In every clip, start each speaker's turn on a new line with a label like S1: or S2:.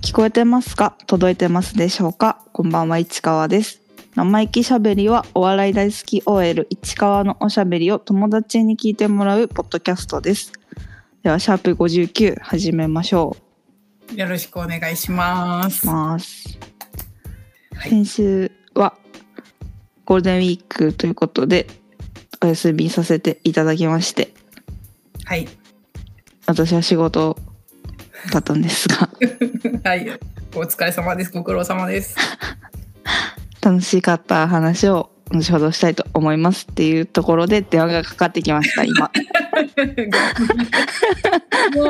S1: 聞こえてますか届いてますでしょうかこんばんは市川です生意気しゃべりはお笑い大好き OL 市川のおしゃべりを友達に聞いてもらうポッドキャストですではシャープ59始めましょ
S2: よろしくお願いします。
S1: うます、
S2: はい
S1: 先週はゴールデンウィークということでお休みさせていただきまして
S2: はい。
S1: 私は仕事だったんですが
S2: はい。お疲れ様です。ご苦労様です。
S1: 楽しかった話を後ほどしたいと思いますっていうところで電話がかかってきました今
S2: 申し訳な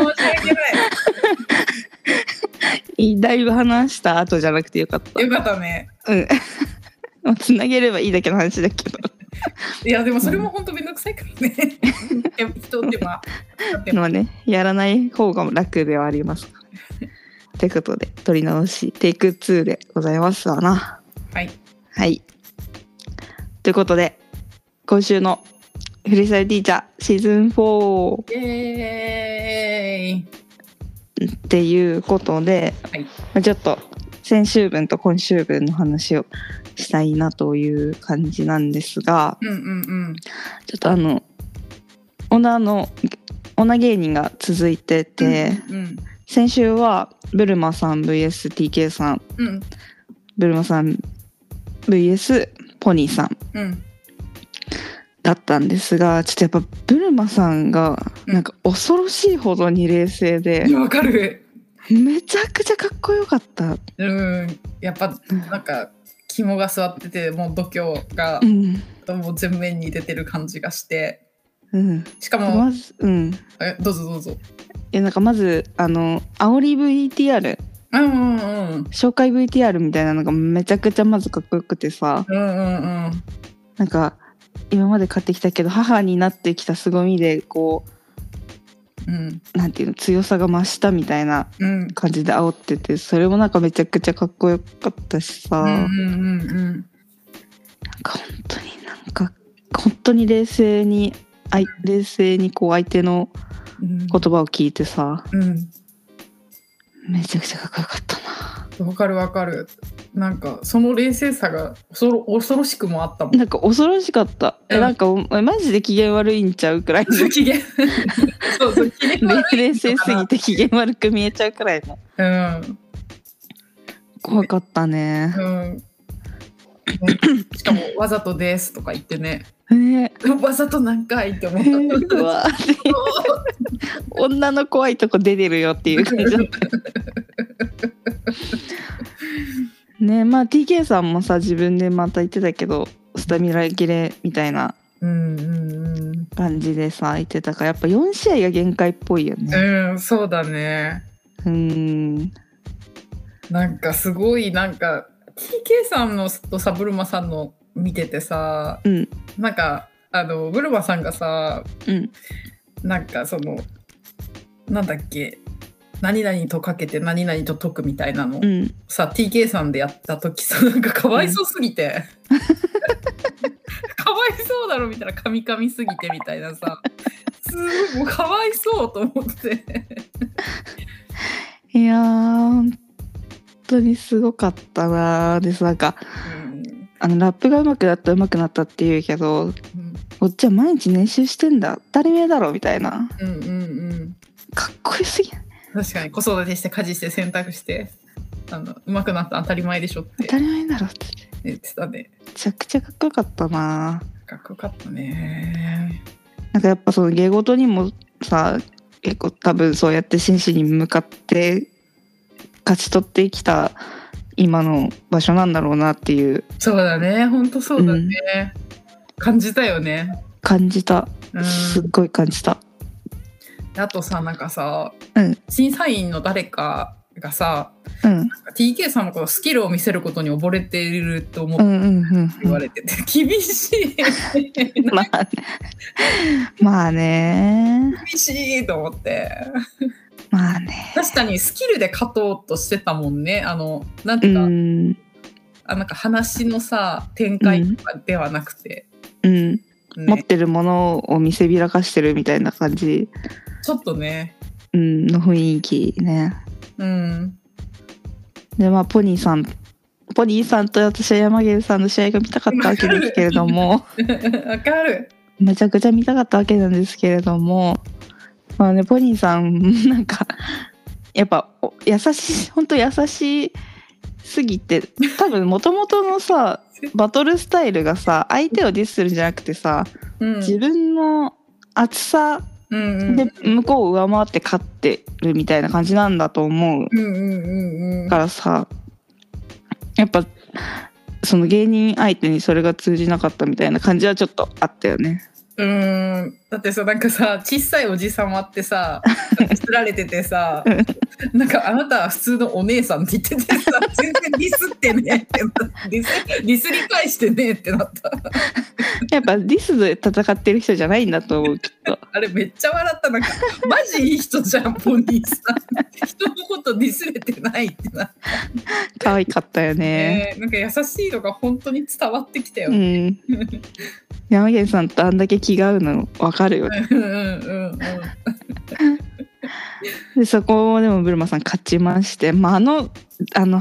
S2: い。
S1: いいだいぶ話した後じゃなくてよかった
S2: よかったね。
S1: うん つなげればいいだけの話だけど
S2: いや、でもそれも本当めんどくさいからね。人ってま
S1: でもねやらない方が楽ではありますからねということで撮り直しテイク2でございますわな
S2: はい。
S1: はいということで今週の「フリーサイルティーチャーシーズン4」
S2: イエーイ。
S1: っていうことで、
S2: はい
S1: まあちょっと先週分と今週分の話をしたいなという感じなんですが
S2: うんうんうん。
S1: ちょっとあの女の女芸人が続いてて、
S2: うん
S1: 先週はブルマさん VSTK さん
S2: うん
S1: ブルマさん VS ポニーさん
S2: うん。
S1: だったんですがちょっとやっぱブルマさんがなんか恐ろしいほどに冷静で
S2: いや、わかる。
S1: めちゃくちゃかっこよかった。
S2: うん。やっぱ、なんか、肝が座ってて、もう度胸が
S1: う、ん
S2: もう前面に出てる感じがして。
S1: うん、
S2: しかも、
S1: まずうん
S2: えどうぞどうぞ。
S1: いやなんかまずあの煽り VTR
S2: うんうんうん。
S1: 紹介 VTR みたいなのがめちゃくちゃまずかっこよくてさ
S2: うんうんうん。
S1: なんか今まで買ってきたけど母になってきた凄みでこ
S2: うん。
S1: うなんていうの強さが増したみたいな
S2: うん。
S1: 感じで煽っててそれもなんかめちゃくちゃかっこよかったしさ、
S2: うん
S1: なん
S2: うんうん
S1: か本当になんか本当に冷静にあい冷静にこう相手の
S2: うん
S1: 言葉を聞いてさ
S2: うん
S1: めちゃくちゃかっこよかったな
S2: わかるわかるなんかその冷静さが恐ろ恐ろしくもあったもん
S1: なんか恐ろしかった、え
S2: うん
S1: なんかお前マジで機嫌悪いんちゃうくらいの
S2: 機嫌そうそう機嫌悪い
S1: 冷静すぎて機嫌悪く見えちゃうくらいの
S2: うん
S1: 怖かったね。
S2: うんねしかも「わざとです」とか言ってね
S1: ね
S2: 「わざと何回?」って思
S1: え
S2: っ
S1: ー、 うわーって
S2: た
S1: 女の怖いとこ出てるよっていう感じだったねまあ TK さんもさ自分でまた言ってたけどスタミナ切れみたいな
S2: うんうんうん
S1: 感じでさ言ってたからやっぱ4試合が限界っぽいよね。
S2: うんそうだね
S1: うん
S2: なんかすごいなんか TK さんのとさブルマさんの見ててさ
S1: うん
S2: なんかあのブルマさんがさ
S1: うん
S2: なんかそのなんだっけ何々とかけて何々と解くみたいなの、
S1: うん
S2: さ TK さんでやった時さなんかかわいそうすぎて、 かわいそうだろみたいなかみかみすぎてみたいなさすごいもうかわいそうと思って
S1: いやー本当にすごかったなーですなんか
S2: うん
S1: あのラップが上手くなった上手くなったって言うけど
S2: うん
S1: こっちは毎日練習してんだ当たり前だろみたいな
S2: うんうんうん
S1: かっこよすぎない
S2: 確かに子育てして家事して洗濯してあのうまくなった当たり前でしょっ
S1: 当
S2: て
S1: たり前だろって
S2: 言ってたね
S1: めちゃくちゃかっこよかったな
S2: かっこよかったね
S1: なんかやっぱその芸事にもさ結構多分そうやって真摯に向かって勝ち取ってきた今の場所なんだろうなっていう
S2: そうだねほんとそうだね、感じたよね
S1: 感じた
S2: うん
S1: すっごい感じた
S2: あとさなんかさ、
S1: うん
S2: 審査員の誰かがさ
S1: うん
S2: なんか TK さんのこのスキルを見せることに溺れていると思っ
S1: う
S2: て
S1: んうんうん
S2: 言われてて、厳しい厳
S1: まあねまあね
S2: しいと思って
S1: まあね
S2: 確かにスキルで勝とうとしてたもんねあのなん
S1: う
S2: ていうか、
S1: ん
S2: あなんか話のさ展開とかではなくて、
S1: うん持っ
S2: ね、
S1: てるものを見せびらかしてるみたいな感じ、
S2: ちょっとね
S1: うん、の雰囲気ね
S2: うん
S1: でまあポニーさんポニーさんと私は山源さんの試合が見たかったわけですけれど も
S2: わかる。
S1: めちゃくちゃ見たかったわけなんですけれどもまあねポニーさん なんかやっぱお優しい本当優しいすぎて多分もともとの さバトルスタイルがさ相手をディスするんじゃなくてさ
S2: うん。
S1: 自分の厚さ
S2: うんうん。
S1: で向こうを上回って勝ってるみたいな感じなんだと思う
S2: うんうんうんうん
S1: か。らさやっぱその芸人相手にそれが通じなかったみたいな感じはちょっとあったよね。
S2: うーんだってさなんかさ小さいおじさまって さ釣られててさなんかあなたは普通のお姉さんって言っててさ全然ディスってねってなったディスディスり返してねってなった
S1: やっぱディスで戦ってる人じゃないんだと思うきっと。
S2: あれめっちゃ笑ったなんかマジいい人じゃんポニーさん人のことディスれてないってなって、
S1: 可愛かったよね。
S2: なんか優しいのが本当に伝わってきたよ
S1: う
S2: ね、
S1: ん。山源さんとあんだけ気が合うの分かるよね。
S2: うん、うんうんうん
S1: でそこをでもブルマさん勝ちまして、まあ、あのあの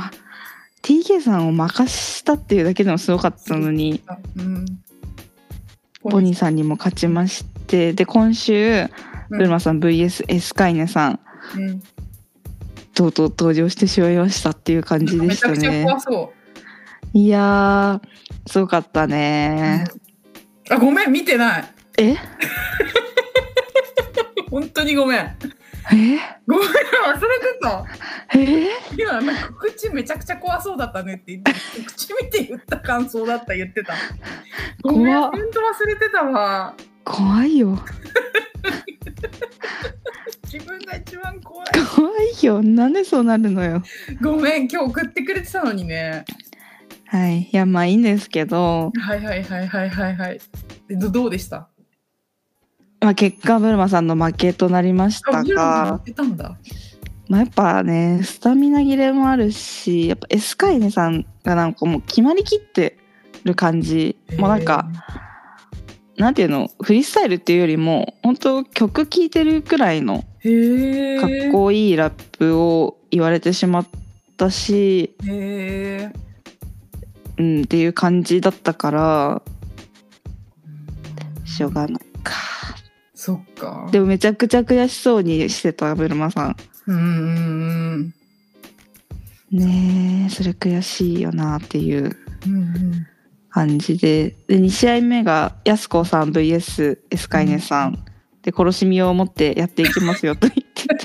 S1: TK さんを任したっていうだけでもすごかったのに。
S2: あうん
S1: ポニーさんにも勝ちましてで今週
S2: う
S1: ブ
S2: ん
S1: ルマさん VS エスカイネさん
S2: うん
S1: とうとう登場してしまいましたっていう感じで
S2: め
S1: し
S2: ちゃ
S1: た
S2: くちゃ
S1: ね
S2: 怖そう
S1: いやーすごかったね
S2: あごめん見てない
S1: え
S2: 本当にごめん
S1: え
S2: ごめん忘れてた
S1: え
S2: 今なんか告知めちゃくちゃ怖そうだったねって言って告知見て言った感想だった言ってたごめん
S1: 怖っ
S2: 本当忘れてたわ
S1: 怖いよ
S2: 自分が一番怖い
S1: 怖いよなんでそうなるのよ
S2: ごめん今日送ってくれてたのにね
S1: はいいやまあいいんですけど、
S2: はいはいはいはいはいはいでどどうでした
S1: まあ、結果ブルマさんの負けとなりました
S2: ユ
S1: が
S2: ラも言ってたんだ
S1: まあ、やっぱねスタミナ切れもあるしやっぱエスカイネさんがなんかもう決まりきってる感じもうなんか、なんていうのフリースタイルっていうよりも本当曲聴いてるくらいの
S2: へえ
S1: かっこいいラップを言われてしまったし、
S2: いいへ
S1: う
S2: え
S1: ん、っていう感じだったからしょうがないか
S2: そっか
S1: でもめちゃくちゃ悔しそうにしてたブルマさん
S2: うんうんうん
S1: ねえそれ悔しいよなっていう
S2: うんうん
S1: 感じでで2試合目がやすこさん VS エスカイネさん、で殺し身を持ってやっていきますよと言ってて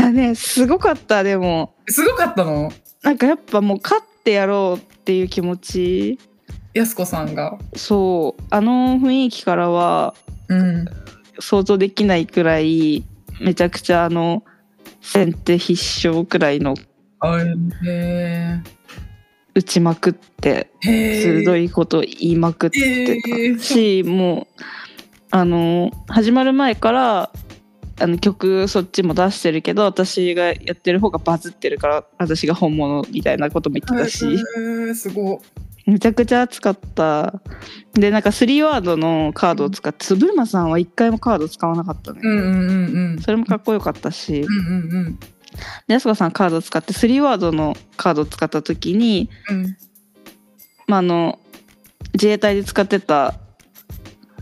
S1: いやねすごかったでも。
S2: すごかったの
S1: なんかやっぱもう勝ってやろうっていう気持ち
S2: やすこさんが。
S1: そうあの雰囲気からは
S2: うん。
S1: 想像できないくらいめちゃくちゃあの先手必勝くらいの
S2: へ
S1: 打ちまくって
S2: え。へえ。
S1: 鋭
S2: い。
S1: いこと言いまくって
S2: へー
S1: たしもうあの始まる前からあの曲そっちも出してるけど私がやってる方がバズってるから私が本物みたいなことも言ってたし。
S2: すごい。
S1: めちゃくちゃ熱かったでなんか3ワードのカードを使ってそうブルマさんは一回もカード使わなかったね、
S2: うんうんうんうん。
S1: それもかっこよかったし
S2: うんうんうん
S1: で安子さんカードを使って3ワードのカードを使った時に、
S2: うん。
S1: まあ、あの自衛隊で使ってた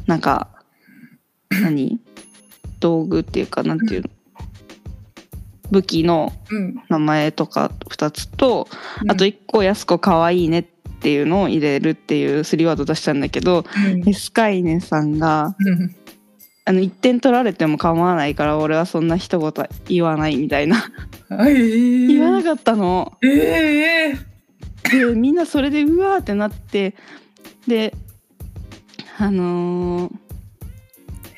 S1: なんか何道具っていうかなんていうの武器の
S2: うん。
S1: 名前とか2つとあと1個「安子かわいいね」っていうのを入れるっていう3ワード出したんだけど
S2: うん。
S1: エスカイネさんが
S2: うん。
S1: あの1点取られても構わないから俺はそんな一言言わないみたいな
S2: はい。
S1: 言わな
S2: か
S1: かったの。
S2: ええ。
S1: でみんなそれでうわーってなってであのー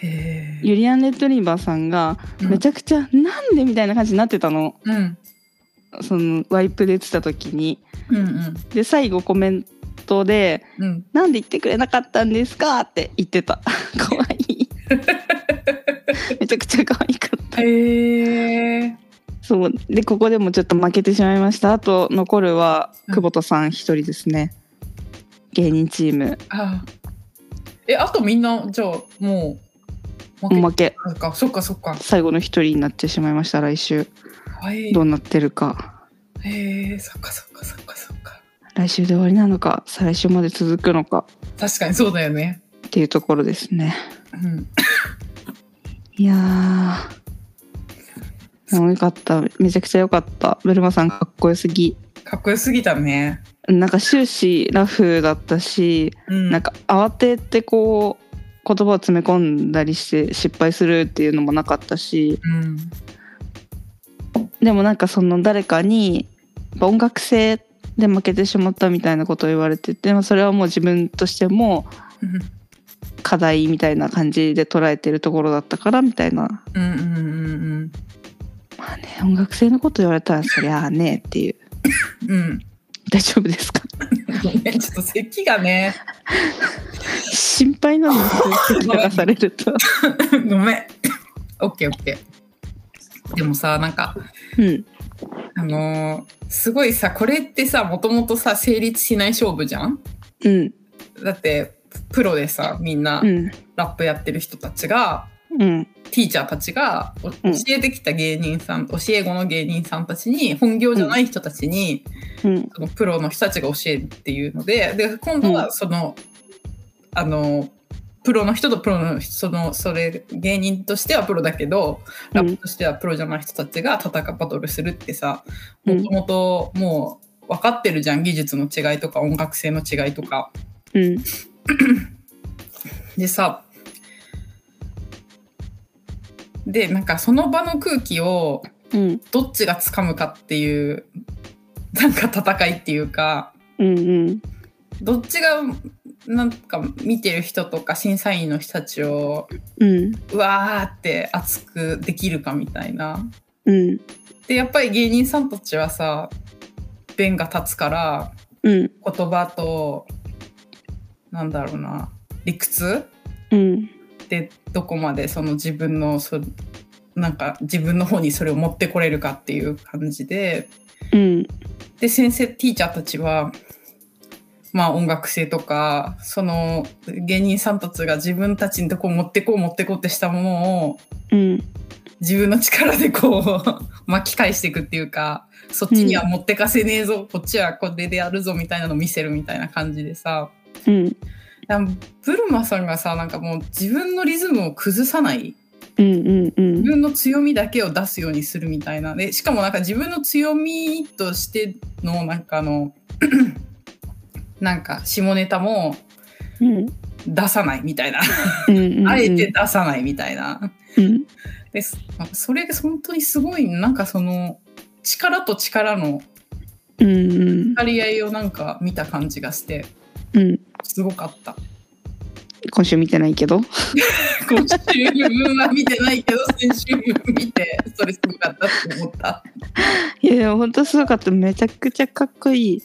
S2: へえ。
S1: ユリアン・レッドリーバーさんがめち
S2: ゃ。
S1: ゃくちゃ「なんで?」みたいな感じになってたの
S2: うん。
S1: そのワイプで言ってた時に。
S2: うん
S1: で最後コメントで
S2: うん。うん。
S1: 「なんで言ってくれなかったんですか?」って言ってた 可愛 いめちゃくちゃ可愛かった。
S2: へえ。
S1: そうでここでもちょっと負けてしまいましたあと残るは
S2: うん
S1: 久保田さん一人ですね、芸人チーム
S2: あ。え、あとみんな、じゃあ、もう。
S1: お
S2: 負
S1: まけ
S2: けか。そっかそっか。
S1: 最後の一人になってしまいました来週
S2: はい。
S1: どうなってるか
S2: へえそっかそっかそっかそっか
S1: 来週で終わりなのか再来週まで続くのか
S2: 確かにそうだよね
S1: っていうところですね
S2: うん
S1: いやーもうよかっためちゃくちゃ良かったブルマさんかっこよすぎ
S2: かっこよすぎたね
S1: なんか終始ラフだったし
S2: うん
S1: なんか慌ててこう言葉を詰め込んだりして失敗するっていうのもなかったし
S2: うん
S1: でもなんかその誰かにやっぱ音楽性で負けてしまったみたいなことを言われててでもそれはもう自分としても
S2: うん
S1: 課題みたいな感じで捉えてるところだったからみたいな
S2: うんうんうん
S1: まあね音楽性のこと言われたらそりゃあねっていう
S2: うんうん
S1: 大丈夫ですか
S2: ごめんちょっと咳がね
S1: 心配なんですよ聞かされると
S2: ごめんオッケーオッケーでもさなんか
S1: うん
S2: あのーすごいさこれってさもともとさ成立しない勝負じゃん
S1: うん
S2: だってプロでさみんな
S1: うん
S2: ラップやってる人たちが、
S1: うん
S2: ティーチャーたちがお
S1: うん
S2: 教えてきた芸人さん、教え子の芸人さんたちに本業じゃない人たちに、
S1: うん
S2: そのプロの人たちが教えるっていうのでで今度
S1: う
S2: はその、あのプロの人とプロのそのそれ芸人としてはプロだけどラップとしてはプロじゃない人たちが戦うバトルするってさ
S1: う
S2: も
S1: ん
S2: ともともう分かってるじゃん技術の違いとか音楽性の違いとか。
S1: うん
S2: でさでなんかその場の空気を
S1: うん
S2: どっちが掴むかっていうなんか戦いっていうか
S1: うんうん
S2: どっちがなんか見てる人とか審査員の人たちを
S1: うん
S2: うわーって熱くできるかみたいな。
S1: うん
S2: でやっぱり芸人さんたちはさ弁が立つから
S1: うん
S2: 言葉となんだろうな理屈
S1: うん
S2: でどこまでその自分のそなんか自分の方にそれを持ってこれるかっていう感じで
S1: うん
S2: で先生ティーチャーたちはまあ音楽性とかその芸人さんたちが自分たちにとこ持ってこう持ってこうってしたものを
S1: うん
S2: 自分の力でこう 巻き返していくっていうかそっちには持ってかせねえぞ、こっちはこれでやるぞみたいなの見せるみたいな感じでさ
S1: うん
S2: なんブルマさんがさなんかもう自分のリズムを崩さない
S1: うんうんう
S2: 自
S1: ん
S2: 分の強みだけを出すようにするみたいなでしかもなんか自分の強みとしてのなんかあの なんか下ネタも
S1: うん
S2: 出さないみたいな
S1: うんうん
S2: あえて出さないみたいな
S1: うん
S2: ですそれが本当にすごいなんかその力と力の
S1: うんうん
S2: 張り合いをなんか見た感じがして
S1: うん
S2: すごか った。
S1: 今週見てないけど
S2: 今週分は見てないけど先週分見てそれすごかったって思った。
S1: いやいや本当すごかっためちゃくちゃかっこいい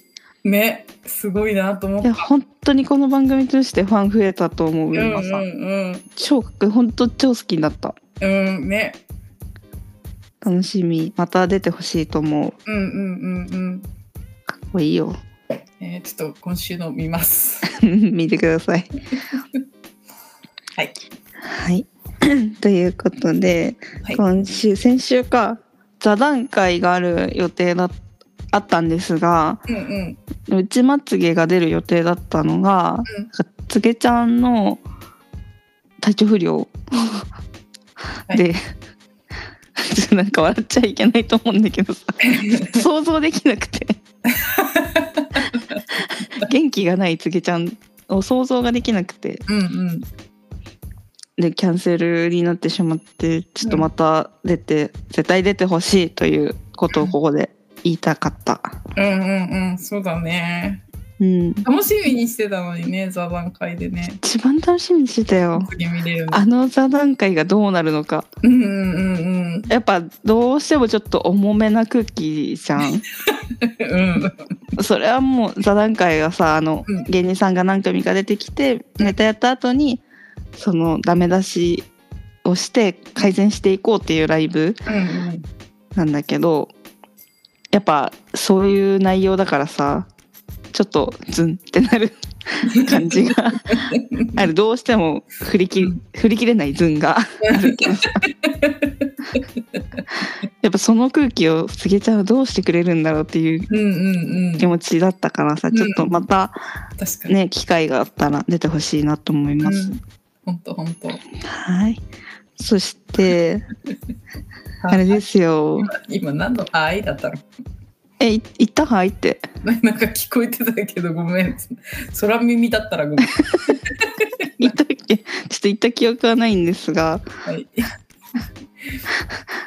S2: ねすごいなと思っ
S1: いや
S2: た。
S1: 本当にこの番組通してファン増えたと思う、
S2: うんう
S1: 今
S2: ん
S1: さ
S2: うん
S1: 超かっこいい本当超好きになった
S2: うんね
S1: 楽しみまた出てほしいと思う
S2: うんうんうんうん
S1: かっこいいよ
S2: えーちょっと今週の見ます。
S1: 見てください
S2: はい
S1: はい ということで、
S2: はい
S1: 今週先週か座談会がある予定だあったんですが
S2: うんうん
S1: うちまつげが出る予定だったのが、
S2: う
S1: な
S2: ん
S1: んかつげちゃんの体調不良
S2: い
S1: で、ちょっとなんか笑っちゃいけないと思うんだけどさ想像できなくて元気がないつげちゃんを想像ができなくて
S2: うんうん
S1: でキャンセルになってしまってちょっとまた出て、絶対出てほしいということをここで言いたかった。
S2: うんうんうんそうだね
S1: うん、
S2: 楽しみにしてたのにね座談会でね
S1: 一番楽しみにしてたよ。
S2: 次見れるの
S1: あの座談会がどうなるのか
S2: うんうんうんうん
S1: やっぱどうしてもちょっと重めな空気じゃ ん
S2: うん
S1: それはもう座談会がさあの
S2: うん
S1: 芸人さんが何組か出てきてネタやった後にそのダメ出しをして改善していこうっていうライブ
S2: うん
S1: なんだけどやっぱそういう内容だからさちょっとズンってなる
S2: うん
S1: 感じがあるどうしても振り切
S2: う
S1: 振り切れないズンがあるけどさやっぱその空気をすげちゃんはどうしてくれるんだろうっていう
S2: うんうんうん
S1: 気持ちだったからさ、
S2: うん
S1: ちょっとまた
S2: 確かに、
S1: ね、機会があったら出てほしいなと思います。
S2: 本当本当
S1: はい。そして、あれですよ。
S2: 今何のあ愛だったの
S1: え、い行ったはいって。
S2: ななんか聞こえてたけどごめん空耳だったらごめん
S1: 行ったっけちょっと行った記憶はないんですが、
S2: はい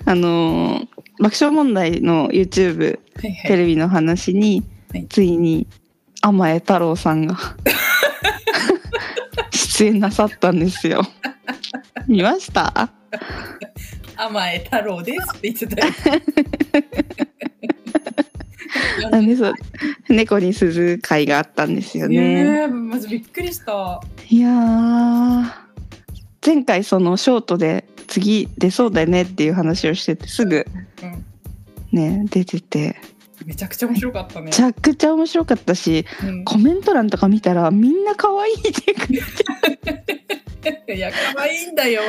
S1: あのー爆笑問題の YouTube、
S2: はいは
S1: テ
S2: い
S1: レビの話に、
S2: はい
S1: ついに天江太郎さん が出演なさったんです よ。見ました
S2: 甘え太郎ですって言ってたよ
S1: なんでそう猫に鈴会があったんですよね。
S2: ねえマジびっくりした
S1: いやー前回そのショートで次出そうだよねっていう話をしててすぐ
S2: うん
S1: ね出てて
S2: めちゃくちゃ面白かったね
S1: めちゃくちゃ面白かったし
S2: うん
S1: コメント欄とか見たらみんな可愛いっていうか
S2: いや可愛いんだよ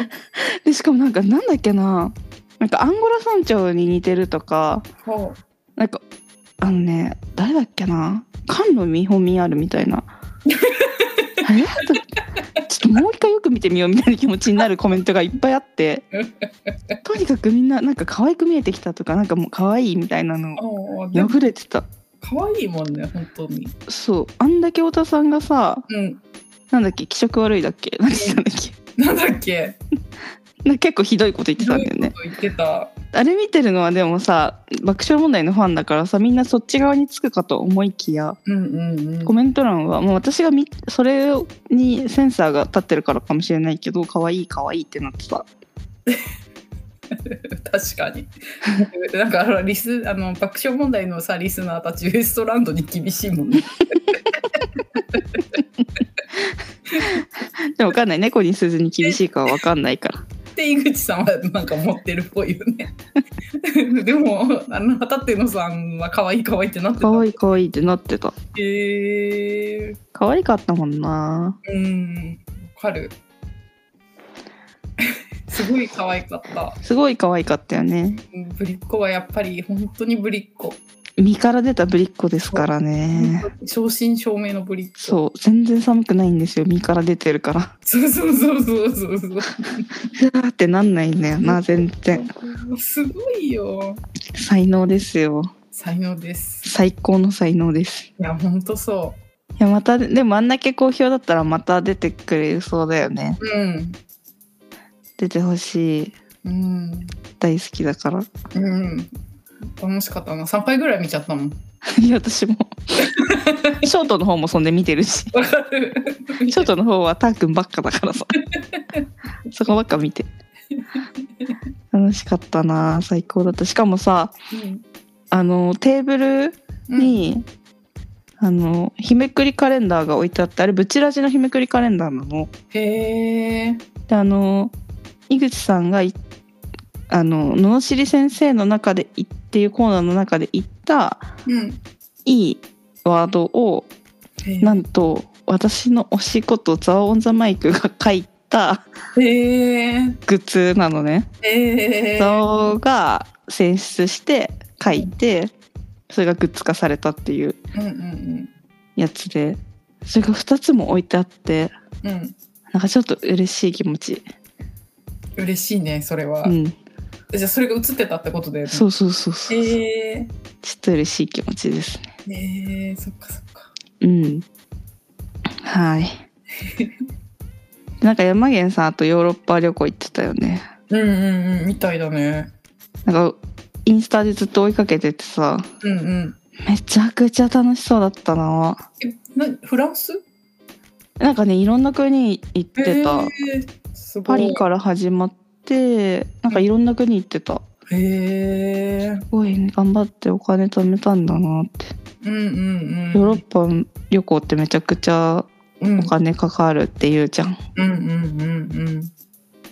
S1: でしかもなんかなんだっけななんかアンゴラ村長に似てるとか
S2: ほ
S1: なんかあのね誰だっけな菅野美穂美あるみたいなあれとちょっともう一回よく見てみようみたいな気持ちになるコメントがいっぱいあってとにかくみんななんか可愛く見えてきたとかなんかもう可愛いみたいなの
S2: うおうでも
S1: 破れてた
S2: 可愛いもんね本当に
S1: そうあんだけ太田さんがさ
S2: うん
S1: なんだっけ気色悪いだっけ何したんだっけ
S2: なんだっけ
S1: なんか結構ひどいこと言ってたんだよね
S2: どういうこと言ってた
S1: あれ見てるのはでもさ爆笑問題のファンだからさみんなそっち側につくかと思いきや
S2: うんうんうん
S1: コメント欄はもう私がみそれにセンサーが立ってるからかもしれないけど可愛い可愛いってなってた
S2: 確かに なんかあのリスあの爆笑問題のさリスナーたちウエストランドに厳しいもんね
S1: でも分かんない猫に鈴に厳しいかは分かんないから
S2: って井口さんはなんか持ってるっぽいよね でもあの舘野さんは可愛い可愛いってなってた
S1: 可愛い可愛いってなってた
S2: へえ
S1: 可愛かったもんな
S2: うんわかる すごい可愛かった
S1: すごい可愛かったよね
S2: うんぶりっ子はやっぱり本当にぶりっ子
S1: 身から出たぶりっ子ですからね
S2: 正真正銘のぶりっ子
S1: そう全然寒くないんですよ身から出てるから
S2: そうそうそうそうそうそう
S1: ふわーってなんないんだよな全然
S2: すごいよ
S1: 才能ですよ
S2: 才能です
S1: 最高の才能です
S2: いや、ほんとそ
S1: いやまたでもあんだけ好評だったらまた出てくれそうだよね
S2: う。うん。
S1: 出てほしい
S2: うん。
S1: 大好きだから
S2: うん。楽しかったな。3回ぐらい見ちゃったもん。
S1: いや私 もショートの方もそんで見てるし
S2: わかる。
S1: ショートの方はたーくんばっかだから さそこばっか見て楽しかったな最高だったしかもさあのテーブル
S2: うん。
S1: に、あの日めくりカレンダーが置いてあってあれブチラジの日めくりカレンダーなの
S2: へえ。
S1: であの井口さんがいあの罵り先生の中でいっていうコーナーの中で言った
S2: うん。
S1: いいワードをなんと私のおしことザオンザマイクが書いた
S2: へえ。
S1: グッズなのね。
S2: へえ。
S1: ザオが選出して書いてそれがグッズ化されたっていう
S2: うんうん
S1: やつでそれが2つも置いてあって
S2: うん。うん。
S1: なんかちょっと嬉しい気持ち。
S2: 嬉しいね、それは。
S1: うん、
S2: じゃあ、それが映ってたってことだよね。
S1: そうそうそうそう、
S2: へえ。
S1: ちょっと嬉しい気持ちですね。
S2: へえ、そっかそっか。
S1: うん。はい。なんか山源さんあとヨーロッパ旅行行ってたよね。
S2: うんうんうん。みたいだね。
S1: なんかインスタでずっと追いかけててさ、
S2: うんうん。
S1: めちゃくちゃ楽しそうだったな。
S2: え、なフランス
S1: なんかね、いろんな国行ってた。
S2: へえすご
S1: パリ
S2: い。
S1: から始まって、なんかいろんな国行ってた。
S2: へえ。
S1: すごいね、頑張ってお金貯めたんだなって。
S2: うんうんうん。
S1: ヨーロッパ旅行ってめちゃくちゃ
S2: うん
S1: お金かかるっていうじゃん。
S2: うんうん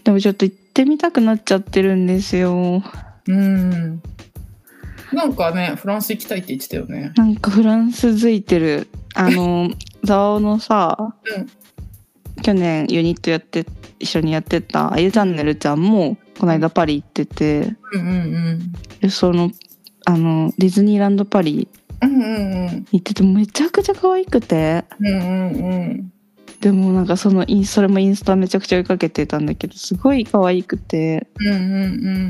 S1: でもちょっと行ってみたくなっちゃってるんですよ。
S2: うんうん。うん。なんかね、フランス行きたいって言ってたよね。
S1: なんかフランス付いてる。あ の、ザオのさ、
S2: うん
S1: 去年ユニットやって、一緒にやってたあゆチャンネルちゃんもこの間パリ行ってて
S2: うんうん
S1: でそのあのディズニーランドパリ
S2: うんうんうん
S1: 行っててめちゃくちゃ可愛くて
S2: うんうんうん
S1: でもなんかそのインそれもインスタめちゃくちゃ追いかけてたんだけどすごい可愛くて
S2: うんう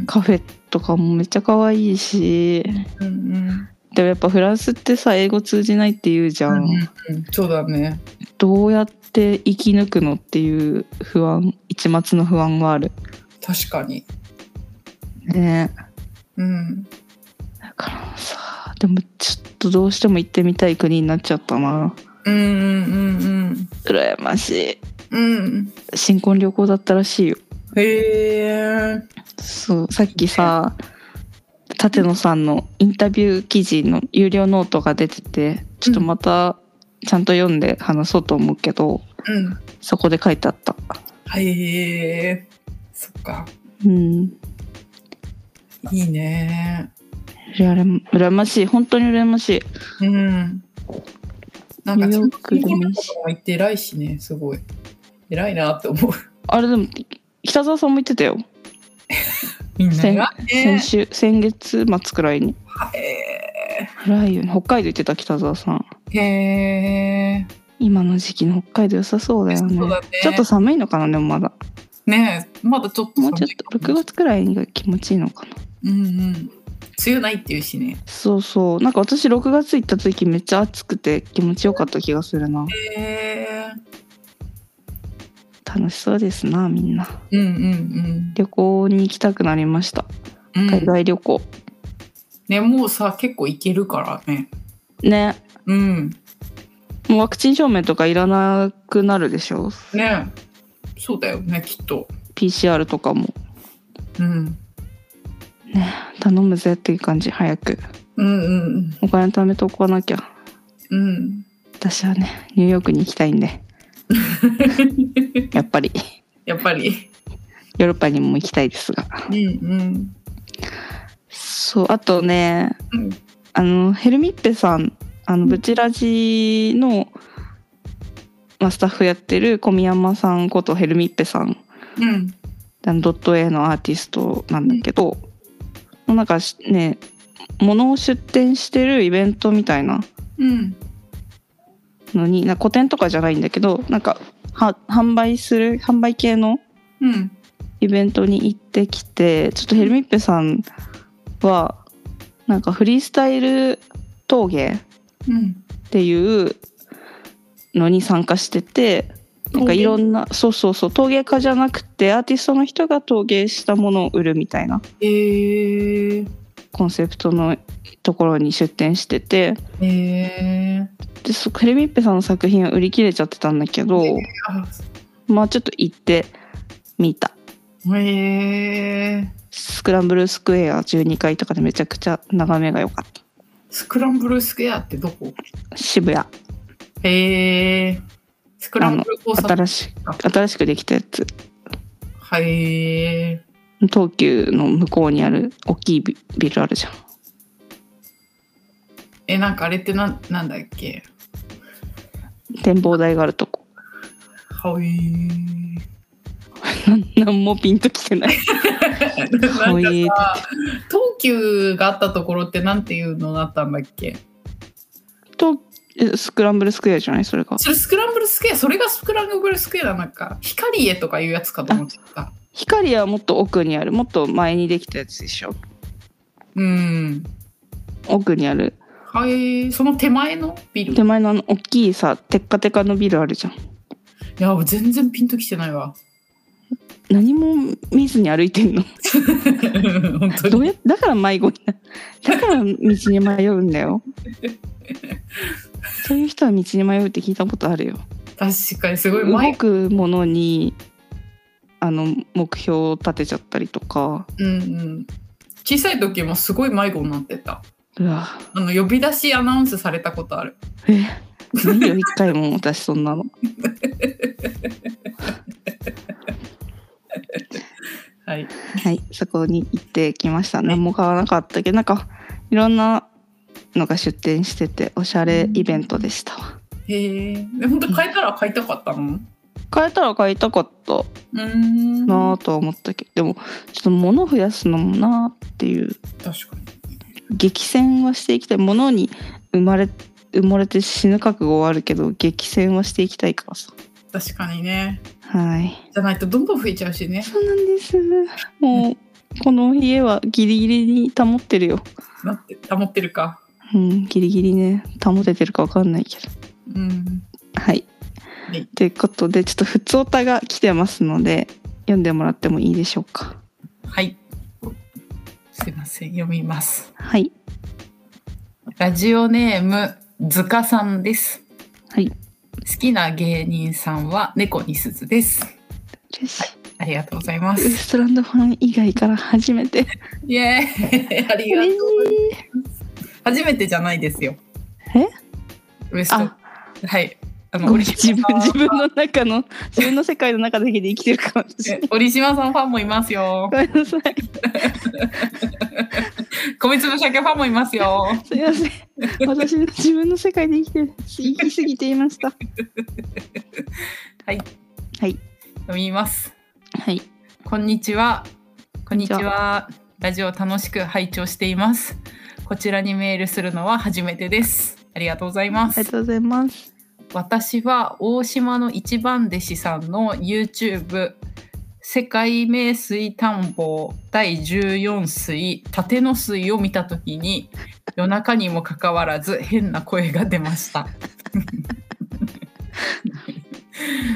S2: ん
S1: カフェとかもめっちゃ可愛いし
S2: うんうん
S1: でもやっぱフランスってさ英語通じないって言うじゃん、
S2: うんそうだね
S1: どうやって生き抜くのっていう不安一末の不安がある
S2: 確かに
S1: ね
S2: うん
S1: だからさでもちょっとどうしても行ってみたい国になっちゃったな
S2: うんうん
S1: 羨まし
S2: うんうんうん
S1: い新婚旅行だったらしいよ
S2: へえ
S1: そうさっきさ舘野さんのインタビュー記事の有料ノートが出ててちょっとまたちゃんと読んで話そうと思うけど、
S2: うん
S1: そこで書いてあった
S2: へえそっか
S1: うん
S2: いいね
S1: いやあれ羨ましい本当に羨ましい
S2: うんなん
S1: ニ
S2: か
S1: ューヨ
S2: 新
S1: ークでもいいし
S2: 婚旅行とかも行って偉いしねすごい偉いなって思う
S1: あれでも北澤さんも言ってたよ
S2: みんなが
S1: 先
S2: ね
S1: 週先月末くらいに
S2: へ
S1: 偉いよね北海道行ってた北澤さん
S2: えへ
S1: 今の時期の北海道良さそうだ
S2: え
S1: よね
S2: そうだね
S1: ちょっと寒いのかなでもまだ
S2: ねえまだちょっと
S1: もう
S2: 寒い
S1: ちょっと6月くらいが気持ちいいのかな
S2: うんうん梅雨ないっていうしね
S1: そうそうなんか私6月行った時めっちゃ暑くて気持ちよかった気がするな
S2: へえ
S1: 楽しそうですなみんな
S2: うんうん
S1: 旅行に行きたくなりました
S2: うんう
S1: 海
S2: ん
S1: 外旅行、
S2: ねもうさ結構行けるからね
S1: ね
S2: うん
S1: もうワクチン証明とかいらなくなるでしょ
S2: ねそうだよねきっと
S1: PCR とかも
S2: うん
S1: 頼むぜっていう感じ早く
S2: うんうん
S1: お金貯めとかなきゃ
S2: うん
S1: 私はねニューヨークに行きたいんでやっぱり
S2: やっぱり
S1: ヨーロッパにも行きたいですが
S2: うんうん
S1: そうあとね
S2: うん
S1: あのヘルミッペさんあの
S2: うん
S1: ブチラジの、まあ、スタッフやってる小宮山さんことヘルミッペさん
S2: うん
S1: あのドット A のアーティストなんだけど、もうなんかしね物を出展してるイベントみたいな
S2: うん
S1: のになんか個展とかじゃないんだけどなんかは販売する販売系の
S2: うん
S1: イベントに行ってきてちょっとヘルミッペさんはなんかフリースタイル陶芸
S2: うん
S1: っていうのに参加しててなんかいろんなそうそうそう陶芸家じゃなくてアーティストの人が陶芸したものを売るみたいな
S2: えー、
S1: コンセプトのところに出展してて
S2: えー、
S1: でそヘルミッペさんの作品は売り切れちゃってたんだけど
S2: あ
S1: まあちょっと行ってみた。
S2: えー、
S1: スクランブルスクエア12階とかでめちゃくちゃ眺めが良かった
S2: スクランブルスクエアってどこ
S1: 渋谷
S2: へえー、スクランブル交差点
S1: 新し新しくできたやつ
S2: はい
S1: 東急の向こうにある大きいビビルあるじゃん
S2: えなんかあれってなんなんだっけ
S1: 展望台があるとこ
S2: はい
S1: 何もピンときてない
S2: な
S1: こうん
S2: か
S1: いう
S2: 東急があったところってなんていうのだったんだっけ
S1: とえスクランブルスクエアじゃないそれが
S2: それスクランブルスクエアそれがスクランブルスクエアだなんか光エとかいうやつかと思っちゃった
S1: 光はもっと奥にあるもっと前にできたやつでしょ
S2: うん
S1: 奥にある
S2: はいその手前のビルい
S1: 手前のあの大きいさテッカテカのビルあるじゃん
S2: や全然ピンときてないわ
S1: 何も見ずに歩いて んの
S2: 本当
S1: ど
S2: に
S1: うやだから迷子になだから道に迷うんだ よそういう人は道に迷うって聞いたことあるよ
S2: 確かにすごい前
S1: 動くものにあの目標を立てちゃったりとか
S2: うんうん小さい時もすごい迷子になってた
S1: うわ
S2: あの呼び出しアナウンスされたことある
S1: えないよ一回も私そんなの
S2: はい
S1: はいそこに行ってきました何も買わなかったけどなんかいろんなのが出店してておしゃれイベントでしたわ
S2: へえ本当変えたら買いたかったの
S1: 変えたら買いたかった
S2: うーん
S1: なぁとは思ったけどでもちょっと物増やすのもなぁっていう
S2: 確かに
S1: 激戦はしていきたい物に生まれ埋もれて死ぬ覚悟はあるけど激戦はしていきたいからさ
S2: 確かにね
S1: はい
S2: じゃないとどんどん増えちゃうしね
S1: そうなんですもうこの家はギリギリに保ってるよ
S2: なって保ってるか
S1: うんギリギリね保ててるかわかんないけど
S2: うん
S1: はい
S2: はい。
S1: ということでちょっと普通おたが来てますので読んでもらってもいいでしょうか。
S2: はいすいません読みます
S1: はい。
S2: ラジオネームずかさんです
S1: はい
S2: 好きな芸人さんは猫に鈴です
S1: 嬉しい
S2: ありがとうございま
S1: ウエ
S2: す
S1: ストランドファン以外から初めて。
S2: イエーイありがとうございます初めてじゃないですよ
S1: え
S2: ウエス
S1: あ
S2: ト、はいあ
S1: ご
S2: の
S1: めん
S2: 折
S1: 自
S2: 島
S1: 分
S2: さん
S1: 自分の中の自分の世界の中だけで生きてるかもしれない。
S2: え折島さんファンもいますよ
S1: ごめんなさい。
S2: 米粒鮭ファンもいますよ
S1: すいませ ん。私の自分の世界で生きて生きすぎていました。
S2: 読みます
S1: はい。
S2: こんにちは。こんにち
S1: こんにち
S2: は。ラジオ楽しく拝聴しています。こちらにメールするのは初めてです。ありがとうござい
S1: あ
S2: ま
S1: りが
S2: す。
S1: とうございます。
S2: 私は大島の一番弟子さんの YouTube 世界名水探訪第14水縦の水を見たときに夜中にもかかわらず変な声が出 ました。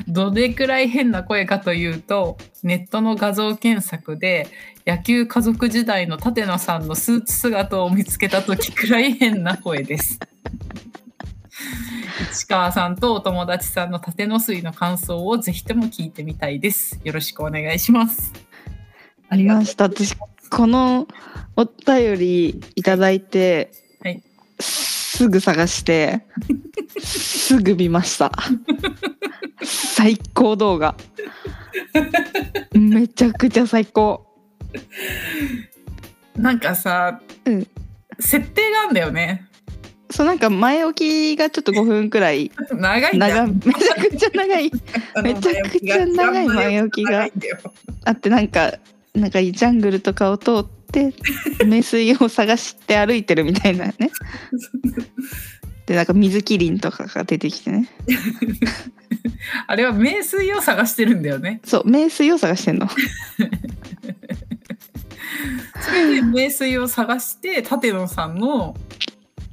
S2: どれくらい変な声かというとネットの画像検索で野球家族時代の舘野さんのスーツ姿を見つけた時くらい変な 声です。市川さんとお友達さんの縦の水の感想をぜひとも聞いてみたいです。よろしくお願いします。
S1: ありました。私このお便りいただいて、
S2: はい
S1: すぐ探して、すぐ見ました。最高動画。めちゃくちゃ最高。
S2: なんかさ、
S1: うん
S2: 設定があんだよね。
S1: そうなんか前置きがちょっと5分くらい
S2: 長いんだ
S1: 長
S2: よ。
S1: めちゃくちゃ長い
S2: あの
S1: めちゃくちゃ長い前置きが
S2: 長いんだよ
S1: あってなんかなんかジャングルとかを通 って名水を探して歩いてるみたいなね。でなんか水キリンとかが出てきてね。
S2: あれは名水を探してるんだよね。
S1: そう名水を探してんの。
S2: それで名水を探して、舘野さんの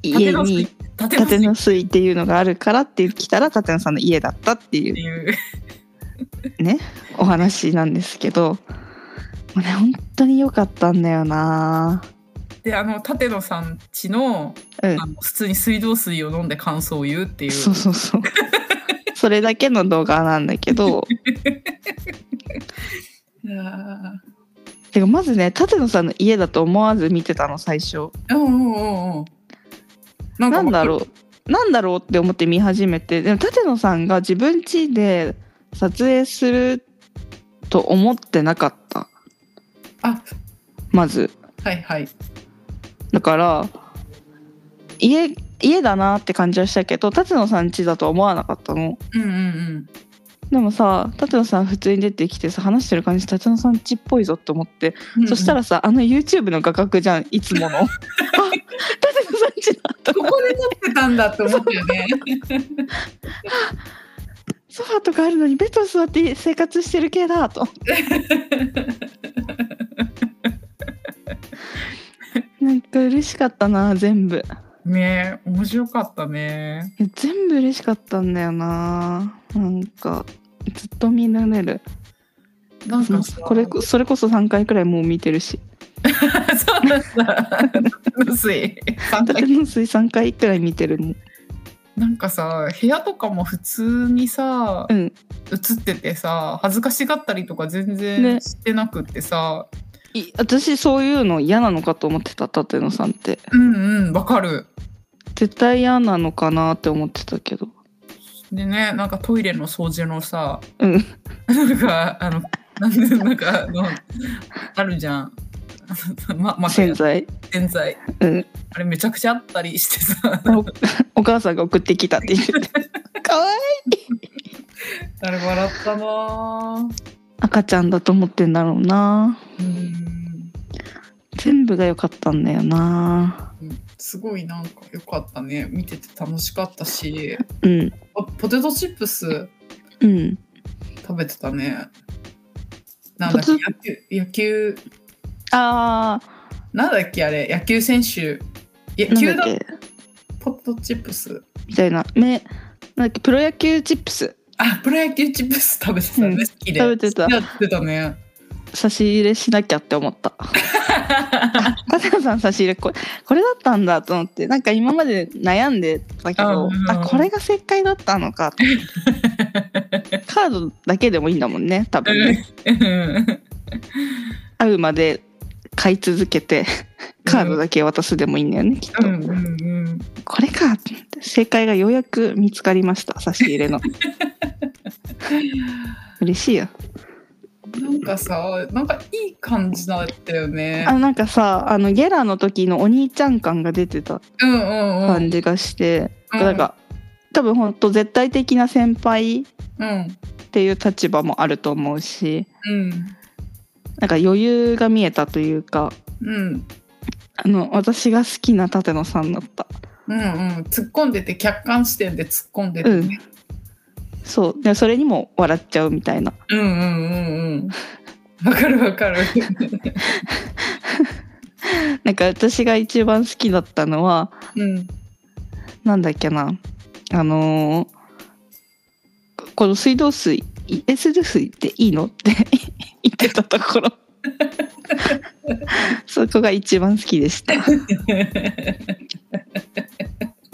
S1: 家
S2: 舘野水
S1: に
S2: 舘野
S1: 縦
S2: 水っ
S1: の水っていうのがあるからって来たら舘野さんの家だったってい
S2: て
S1: う
S2: いう。
S1: ねお話なんですけど、もうね本当に良かったんだよな。
S2: で、あの舘野さん家の
S1: うん
S2: あ。の普通に水道水を飲んで感想を言うっていう。
S1: そうそうそう。それだけの動画なんだけど、
S2: いやー
S1: てかまずね、舘野さんの家だと思わず見てたの最初。
S2: うんうんうんうん。な
S1: なんだ
S2: う。
S1: ろう、なんだろうって思って見始めて、でも舘野さんが自分家で撮影すると思ってなかった。
S2: あ、
S1: まず。
S2: はいはい。
S1: だから、家、家だなって感じはしたけど、舘野さん家だとは思わなかったの。
S2: うんうんうん。
S1: でもさ、舘野さん普通に出てきてさ、話してる感じ、舘野さん家っぽいぞって思って、そしたらさあの YouTube の画角じゃんいつもの。あ 舘野さんちだと
S2: こ
S1: か
S2: こで撮ってたんだって思ったよ ね。
S1: ソファーとかあるのにベッドに座って生活してる系だと。 なんか嬉しかったな全部
S2: ねえ、面白かったね。
S1: いや全部嬉しかったんだよななんかずっと見られる
S2: なん
S1: も
S2: か
S1: う
S2: さ
S1: これこそれこそ3回くらいもう見てるし
S2: そうなんだ。むずい。
S1: 舘野水3回くらい見てるもん
S2: なんかさ、部屋とかも普通にさ、
S1: うん
S2: 映っててさ、恥ずかしがったりとか全然
S1: ね
S2: してなくってさ、
S1: い私そういうの嫌なのかと思ってた舘野さんって
S2: うんうん、わかる。
S1: 絶対嫌なのかなって思ってたけど
S2: でね、なんかトイレの掃除のさ、
S1: うん
S2: なんか、あの、なんで、なんか、あの、あるじゃん。 ま、ま、
S1: 洗剤
S2: 洗剤。
S1: うん
S2: あれめちゃくちゃあったりしてさ、
S1: お母さんが送ってきたって言っててかわい
S2: あれ笑ったなぁ
S1: 赤ちゃんだと思ってんだろうな
S2: うん
S1: 全部が良かったんだよな
S2: すごいなんか良かったね見てて楽しかったし
S1: うん
S2: あポテトチップス
S1: うん
S2: 食べてたねなんだっけ野球野球
S1: あ
S2: なんだっけあれ野球選手
S1: ー
S2: 野
S1: な
S2: 球
S1: んだっ
S2: の
S1: け
S2: ポテトチップス
S1: みたいなめなんだっけプロ野球チップス
S2: あプロ野球チップス食べてたね、
S1: うん
S2: 好きで
S1: 食べてた
S2: やって たね
S1: 差し入れしなきゃって思 ったあ春日さん差し入れこれこれだったんだと思ってなんか今まで悩んでたけ
S2: あう
S1: ど
S2: ん
S1: あこれが正解だったのかとカードだけでもいいんだもんね多分ね
S2: うん
S1: 会うまで買い続けてカードだけ渡すでもいいんだよねきっと、
S2: うんうんうん
S1: これかと思って正解がようやく見つかりました差し入 れの嬉しいよ
S2: なんかさなんかいい感じだったよね
S1: あなんかさあのゲラの時のお兄ちゃん感が出てた
S2: うんうんうん
S1: 感じがして、
S2: うん
S1: なんか多分ほんと絶対的な先輩
S2: うん
S1: っていう立場もあると思うし
S2: うん
S1: なんか余裕が見えたというか
S2: うん
S1: あの私が好きな舘野さんだった
S2: うんうん突っ込んでて客観視点で突っ込んでてね、
S1: そうでそれにも笑っちゃうみたいな
S2: うん、うんうんうんわかるわかる
S1: なんか私が一番好きだったのは
S2: うん
S1: なんだっけなあのーこの水道水え水道水っていいのって 言ってたところそこが一番好きでした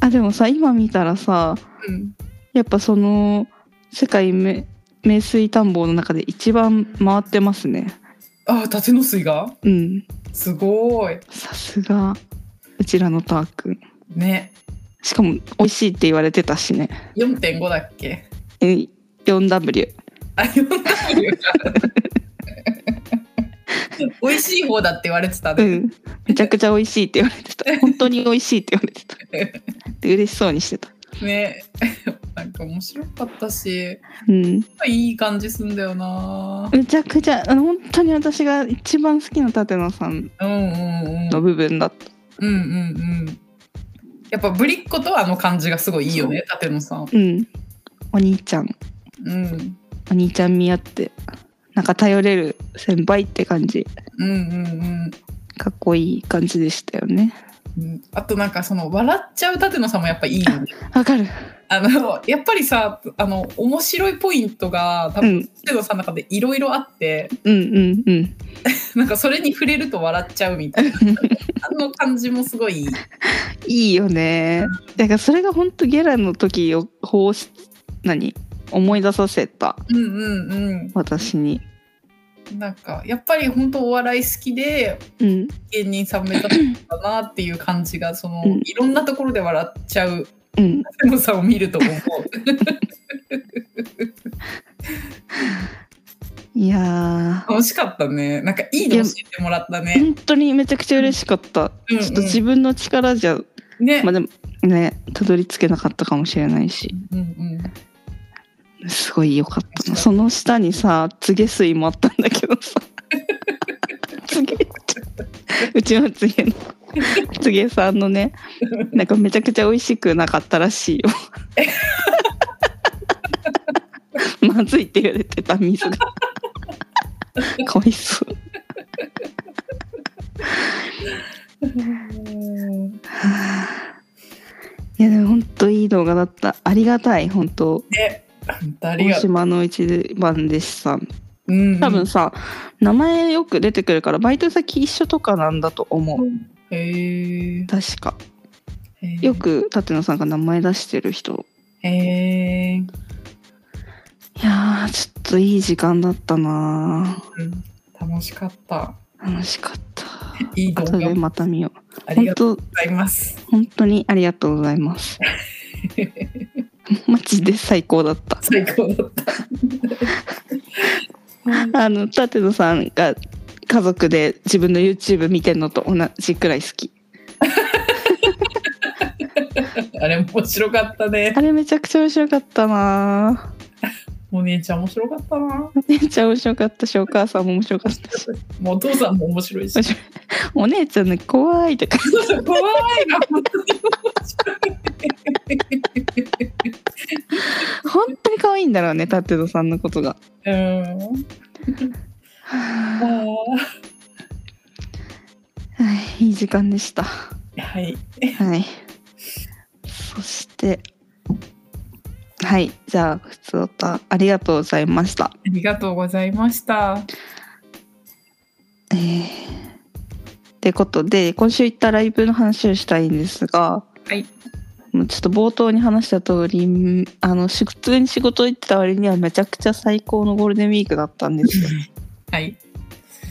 S1: あでもさ今見たらさ
S2: うん
S1: やっぱその世界め名水探訪の中で一番回ってますね
S2: ああ舘の水が
S1: うん
S2: すごい
S1: さすがうちらのターくん
S2: ね
S1: しかも美味しいって言われてたしね
S2: 4.5だっけ
S1: え 4W
S2: あ4.5か美味しい方だって言われてた
S1: う
S2: ね、
S1: んめちゃくちゃ美味しいって言われて た本当に美味しいって言われてたで嬉しそうにしてた
S2: ねなんか面白かったし
S1: うん
S2: いい感じすんだよな
S1: めちゃくちゃあの本当に私が一番好きな舘野さん
S2: うんうんうん
S1: の部分だった
S2: うんうんうんやっぱぶりっ子とあの感じがすごいいいよね舘野さん
S1: うんお兄ちゃん
S2: うん
S1: お兄ちゃん見合ってなんか頼れる先輩って感じ
S2: うんうん
S1: かっこいい感じでしたよね
S2: うんうんあとなんかその笑っちゃう舘野さんもやっぱい いよね
S1: わかる
S2: あのやっぱりさあの面白いポイントが多
S1: う
S2: 分
S1: ん
S2: 舘野さんの中でいろいろあって
S1: うんうんうん
S2: なんかそれに触れると笑っちゃうみ たいなあの感じもすごいいい
S1: いいよねだからそれが本当ゲラの時をこうし何思い出させた
S2: うんうんうん
S1: 私に
S2: なんかやっぱり本当お笑い好きで
S1: うん
S2: 芸人さん目指すんだなっていう感じがその、
S1: うん
S2: いろんなところで笑っちゃう
S1: うん
S2: 瀬野さんを見ると思う。
S1: いやー
S2: 楽しかったね。なんかいいの教えてもらったね。
S1: 本当にめちゃくちゃ嬉しかった、
S2: うんうん
S1: ちょっと自分の力じゃ
S2: ね。
S1: まあでもねたどり着けなかったかもしれないし
S2: うんうん。
S1: すごい良かったなその下にさ「告げ水」もあったんだけどさ「告げ」うちの告げの告げさんのねなんかめちゃくちゃ美味しくなかったらしいよまずいって言われてた水 がかわいそう いやでも本当いい動画だったありがたい本当
S2: ね。本当あり
S1: 大
S2: がとう。
S1: 島の一番弟子さん
S2: うんうん
S1: 多分。さ、名前よく出てくるからバイト先一緒とかなんだと思う
S2: へえ。
S1: 確かよく舘野さんが名前出してる人
S2: へえ。
S1: いやーちょっといい時間だったな
S2: うん楽しかった。
S1: ー楽しかった
S2: いい動
S1: 後
S2: 画
S1: で。また見よ
S2: あ
S1: う
S2: り
S1: 本
S2: がとう
S1: 当
S2: ございます。
S1: 本当にありがとうございますマジで最高だった
S2: 最高だった。
S1: あの舘野さんが家族で自分の YouTube 見てんのと同じくらい好き
S2: あれ面白かったね。
S1: あれめちゃくちゃ面白かったなー
S2: お姉ちゃん面白かったな。
S1: お姉ちゃん面白かったしお母さんも面白かったし
S2: もうお父さんも面白い し
S1: 面。お姉ちゃんの怖いとか
S2: 怖いな、本当に
S1: 本当に可愛いんだろうねタテドさんのことが。
S2: 面白い。うん。あ
S1: はいいい時間でした。
S2: ーはい。
S1: はい。そして、はい。じゃあ、普通おた、ありがとうございました。
S2: ありがとうございました。
S1: えー、ってことで、今週行ったライブの話をしたいんですが、
S2: はい。
S1: もうちょっと冒頭に話した通り、んあの、し普通に仕事行ってた割にはめちゃくちゃ最高のゴールデンウィークだったんですよ。
S2: はい。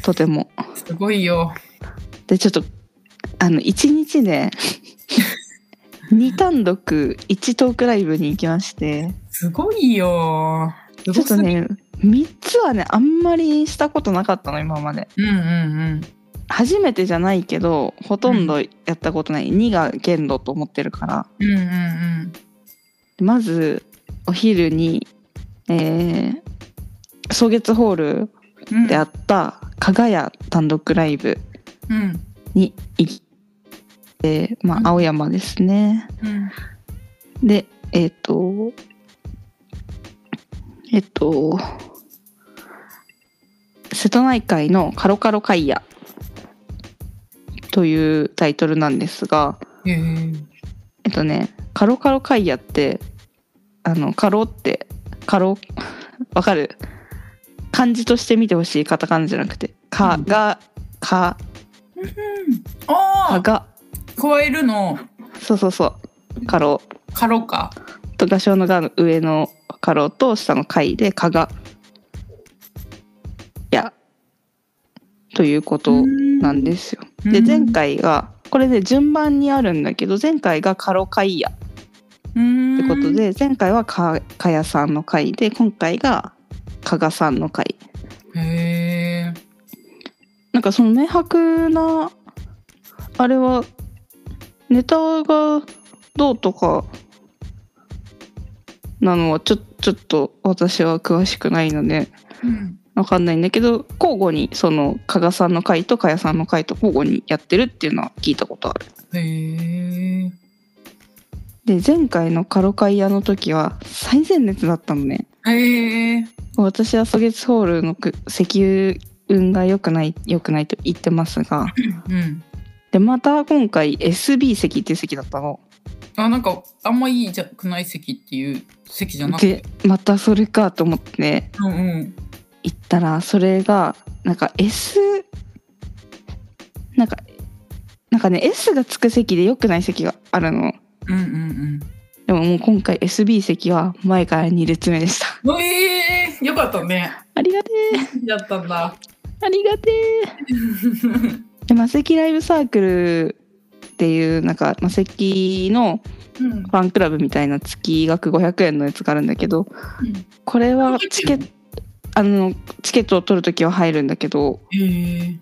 S1: とても。
S2: すごいよ。
S1: で、ちょっと、あの、1日 で、2単独1トークライブに行きまして、
S2: すごいよ。す
S1: ちょ
S2: ご
S1: っと
S2: すぎ
S1: ね、3つはね、あんまりしたことなかったの、今まで。
S2: うんうん
S1: 初めてじゃないけど、ほとんどやったことない。2が限度と思ってるから。
S2: うん。うんうん
S1: まず、お昼に、えー、草月ホール
S2: うん。うん
S1: であった、加賀屋単独ライブ
S2: うん。
S1: に行って、まあ、青山ですね。
S2: うん。
S1: で、えっ、と、えっ、と、瀬戸内海のカロカロカイヤというタイトルなんですが、
S2: えー
S1: えっとね、カロカロカイヤって、あの、カロって、カロ、 わかる漢字として見てほしい、カタカナじゃなくて、か
S2: うん
S1: が、か、
S2: うん
S1: か
S2: あ
S1: が、
S2: あ、加えるの、
S1: そうそうそう、カロ
S2: カロか。
S1: と画商のがの上のカロと下の貝でかがやということなん
S2: す。
S1: ですよ。で前回がこれで順番にあるんだけど前回がカロカイヤって
S2: て
S1: ことで前回はかかやさんの回で今回が加賀さんの回
S2: へえ。
S1: なんかその明白なあれはネタがどうとかなのはちょちょっと私は詳しくないので
S2: うん
S1: わかんないんだけど交互にその加賀さんの回と加谷さんの回と交互にやってるっていうのは聞いたことある。
S2: へえ。
S1: で前回のカロカイヤの時は最前列だったのね。
S2: へえ。
S1: 私はソゲツホールのく石油運が良くない良くないと言ってますが
S2: うん。
S1: でまた今回 SB 席っていう席だったの
S2: あ、なんか、あんまいいじゃくない席っていう席じゃなくて。
S1: でまたそれかと思って
S2: うんうん。
S1: 行ったらそれがなんか S なんかなんかね S がつく席で良くない席があるの
S2: うんうん
S1: でももう今回 SB 席は前から2列目でした
S2: うん。ええよかったね。
S1: ありがて
S2: やったんだ。
S1: ーありがてーでマセキライブサークルっていうなんかマセキの
S2: うん。
S1: ファンクラブみたいな月額500円のやつがあるんだけどこれはチケあのチケットを取るときは入るんだけど
S2: へえ。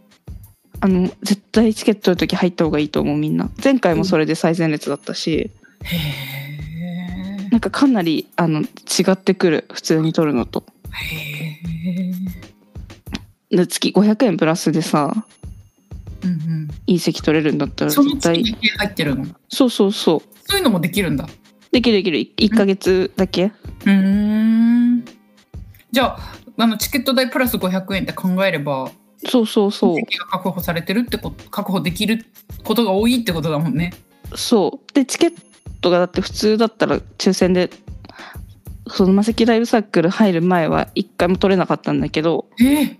S1: あの絶対チケット取るとき入った方がいいと思うみんな前回もそれで最前列だったし、
S2: へえ。
S1: なんかかなりあの違ってくる普通に取るのと
S2: へえ。
S1: で月500円プラスでさ
S2: うん
S1: いい席取れるんだった
S2: う
S1: ら
S2: ん。その
S1: 絶対
S2: 月だけ入ってるの。
S1: そうそうそう
S2: そういうのもできるんだ。
S1: できるできる1ヶ月だけ、
S2: うーん。じゃあ、あのチケット代プラス500円って考えれば、
S1: そうそうそ
S2: 席が確保されてるってこと、確保できることが多いってことだもんね。
S1: うそうでチケットがだって普通だったら抽選でそのマセキライブサークル入る前は1回も取れなかったんだけど
S2: ええ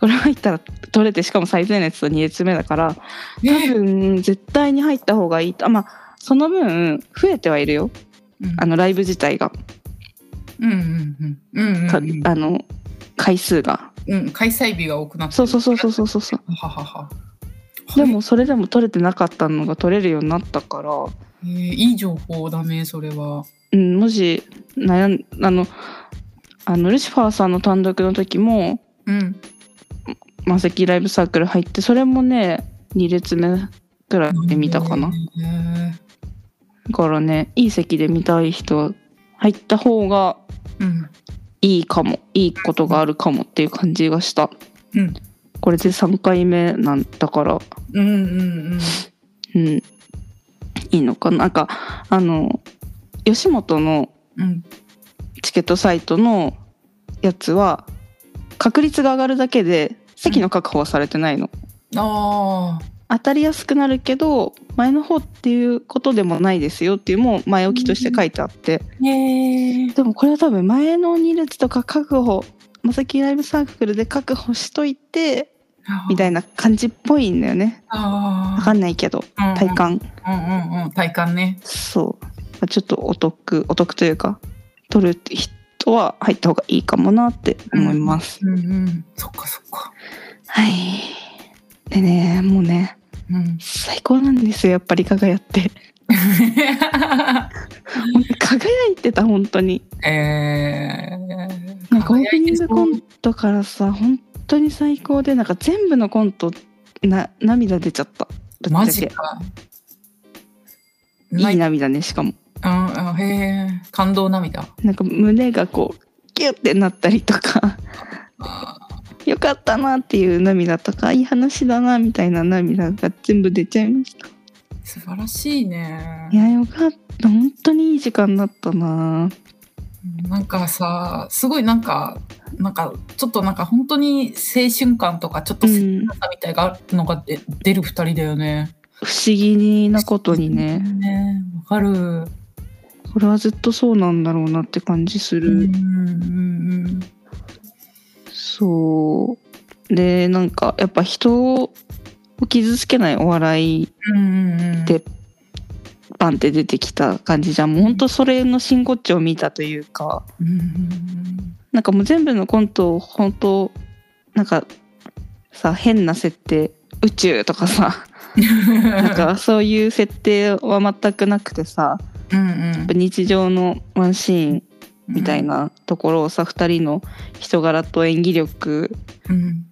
S1: これ入ったら取れてしかも最前列と2列目だから
S2: え
S1: 多分絶対に入った方がいいとあまあその分増えてはいるよ
S2: うん
S1: あのライブ自体が、
S2: うんうんうんうんうん
S1: かあの回数が
S2: うんうん開催日が多くなって
S1: そうそうそうそうそうそうそう
S2: うははは
S1: でもそれでも取れてなかったのが取れるようになったから、
S2: えーいい情報だねそれは
S1: うん、もし悩んあのあのルシファーさんの単独の時も
S2: うん
S1: マセキライブサークル入ってそれもね2列目くらいで見たかな、
S2: へ
S1: だからねいい席で見たい人は入った方が
S2: ーうん
S1: いいかもいいことがあるかもっていう感じがした
S2: うん
S1: これで3回目なんだから
S2: うんうん
S1: うんいいのかななんかあの吉本の
S2: うんうん
S1: チケットサイトのやつは確率が上がるだけで席の確保はされてないの、
S2: ああ
S1: 当たりやすくなるけど前の方っていうことでもないですよっていうもう前置きとして書いてあって、
S2: へえ
S1: でもこれは多分前の2列とか確保まさきライブサークルで確保しといてみた
S2: い
S1: いな感じっぽいんだよねわか
S2: なん
S1: ないけど体感
S2: うんうんうん体感ね
S1: そうまあちょっとお得お得というか取る人は入った方がいいかもなって思います、
S2: うんうんそっかそっか
S1: はいでねもうね
S2: うん
S1: 最高なんですよやっぱり輝ってほんと輝いてた本当に
S2: えー
S1: なんかオープニングコントからさ本当に最高でなんか全部のコントな涙出ちゃったぶっちゃ
S2: マ
S1: け
S2: ジか
S1: いい
S2: な
S1: 涙ねしかも
S2: うんうんへえ感動涙
S1: なんか胸がこうギュってなったりと か
S2: あ
S1: よかったなっていう涙とかいい話だなみたいな涙が全部出ちゃいました
S2: ー素晴らしい
S1: い
S2: ね
S1: やよかった本当にいい時間だったな
S2: なんかさすごいなんかなんかちょっとなんか本当に青春感とかちょっと
S1: う
S2: 切
S1: ん
S2: なさみたいがあるのがで出る二人だよね。
S1: 不思議なことにね
S2: ねわかる。うん
S1: これはずっとそうなんだろうなって感じす
S2: う
S1: る、
S2: んうん
S1: そうでなんかやっぱ人を傷つけないお笑い
S2: うんうんうん
S1: でバンって出てきた感じじゃんもうほんとそれの真骨頂を見たというか
S2: うんうんうん
S1: なんかもう全部のコントを本当なんかさ変な設定宇宙とか さなんかそういう設定は全くなくてさ
S2: うんうん
S1: 日常のワンシーンみたいなところをさ2人の人柄と演技力
S2: うん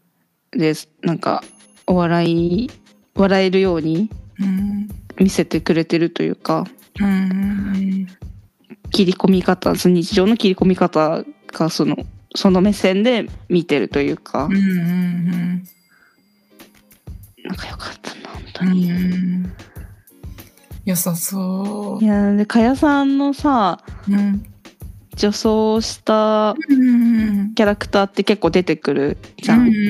S1: でなんかお笑い笑えるように
S2: うん
S1: 見せてくれてるというか
S2: うんうん
S1: 切り込み方その日常の切り込み方がそのその目線で見てるというか
S2: うんうんうん
S1: なんかよかったな本当
S2: う
S1: に。
S2: ん良さそ
S1: いやーでかやさんのさ
S2: う。うん
S1: 女装した
S2: うんうん
S1: キャラクターって結構出てくるじゃ
S2: う
S1: ん。
S2: んうんう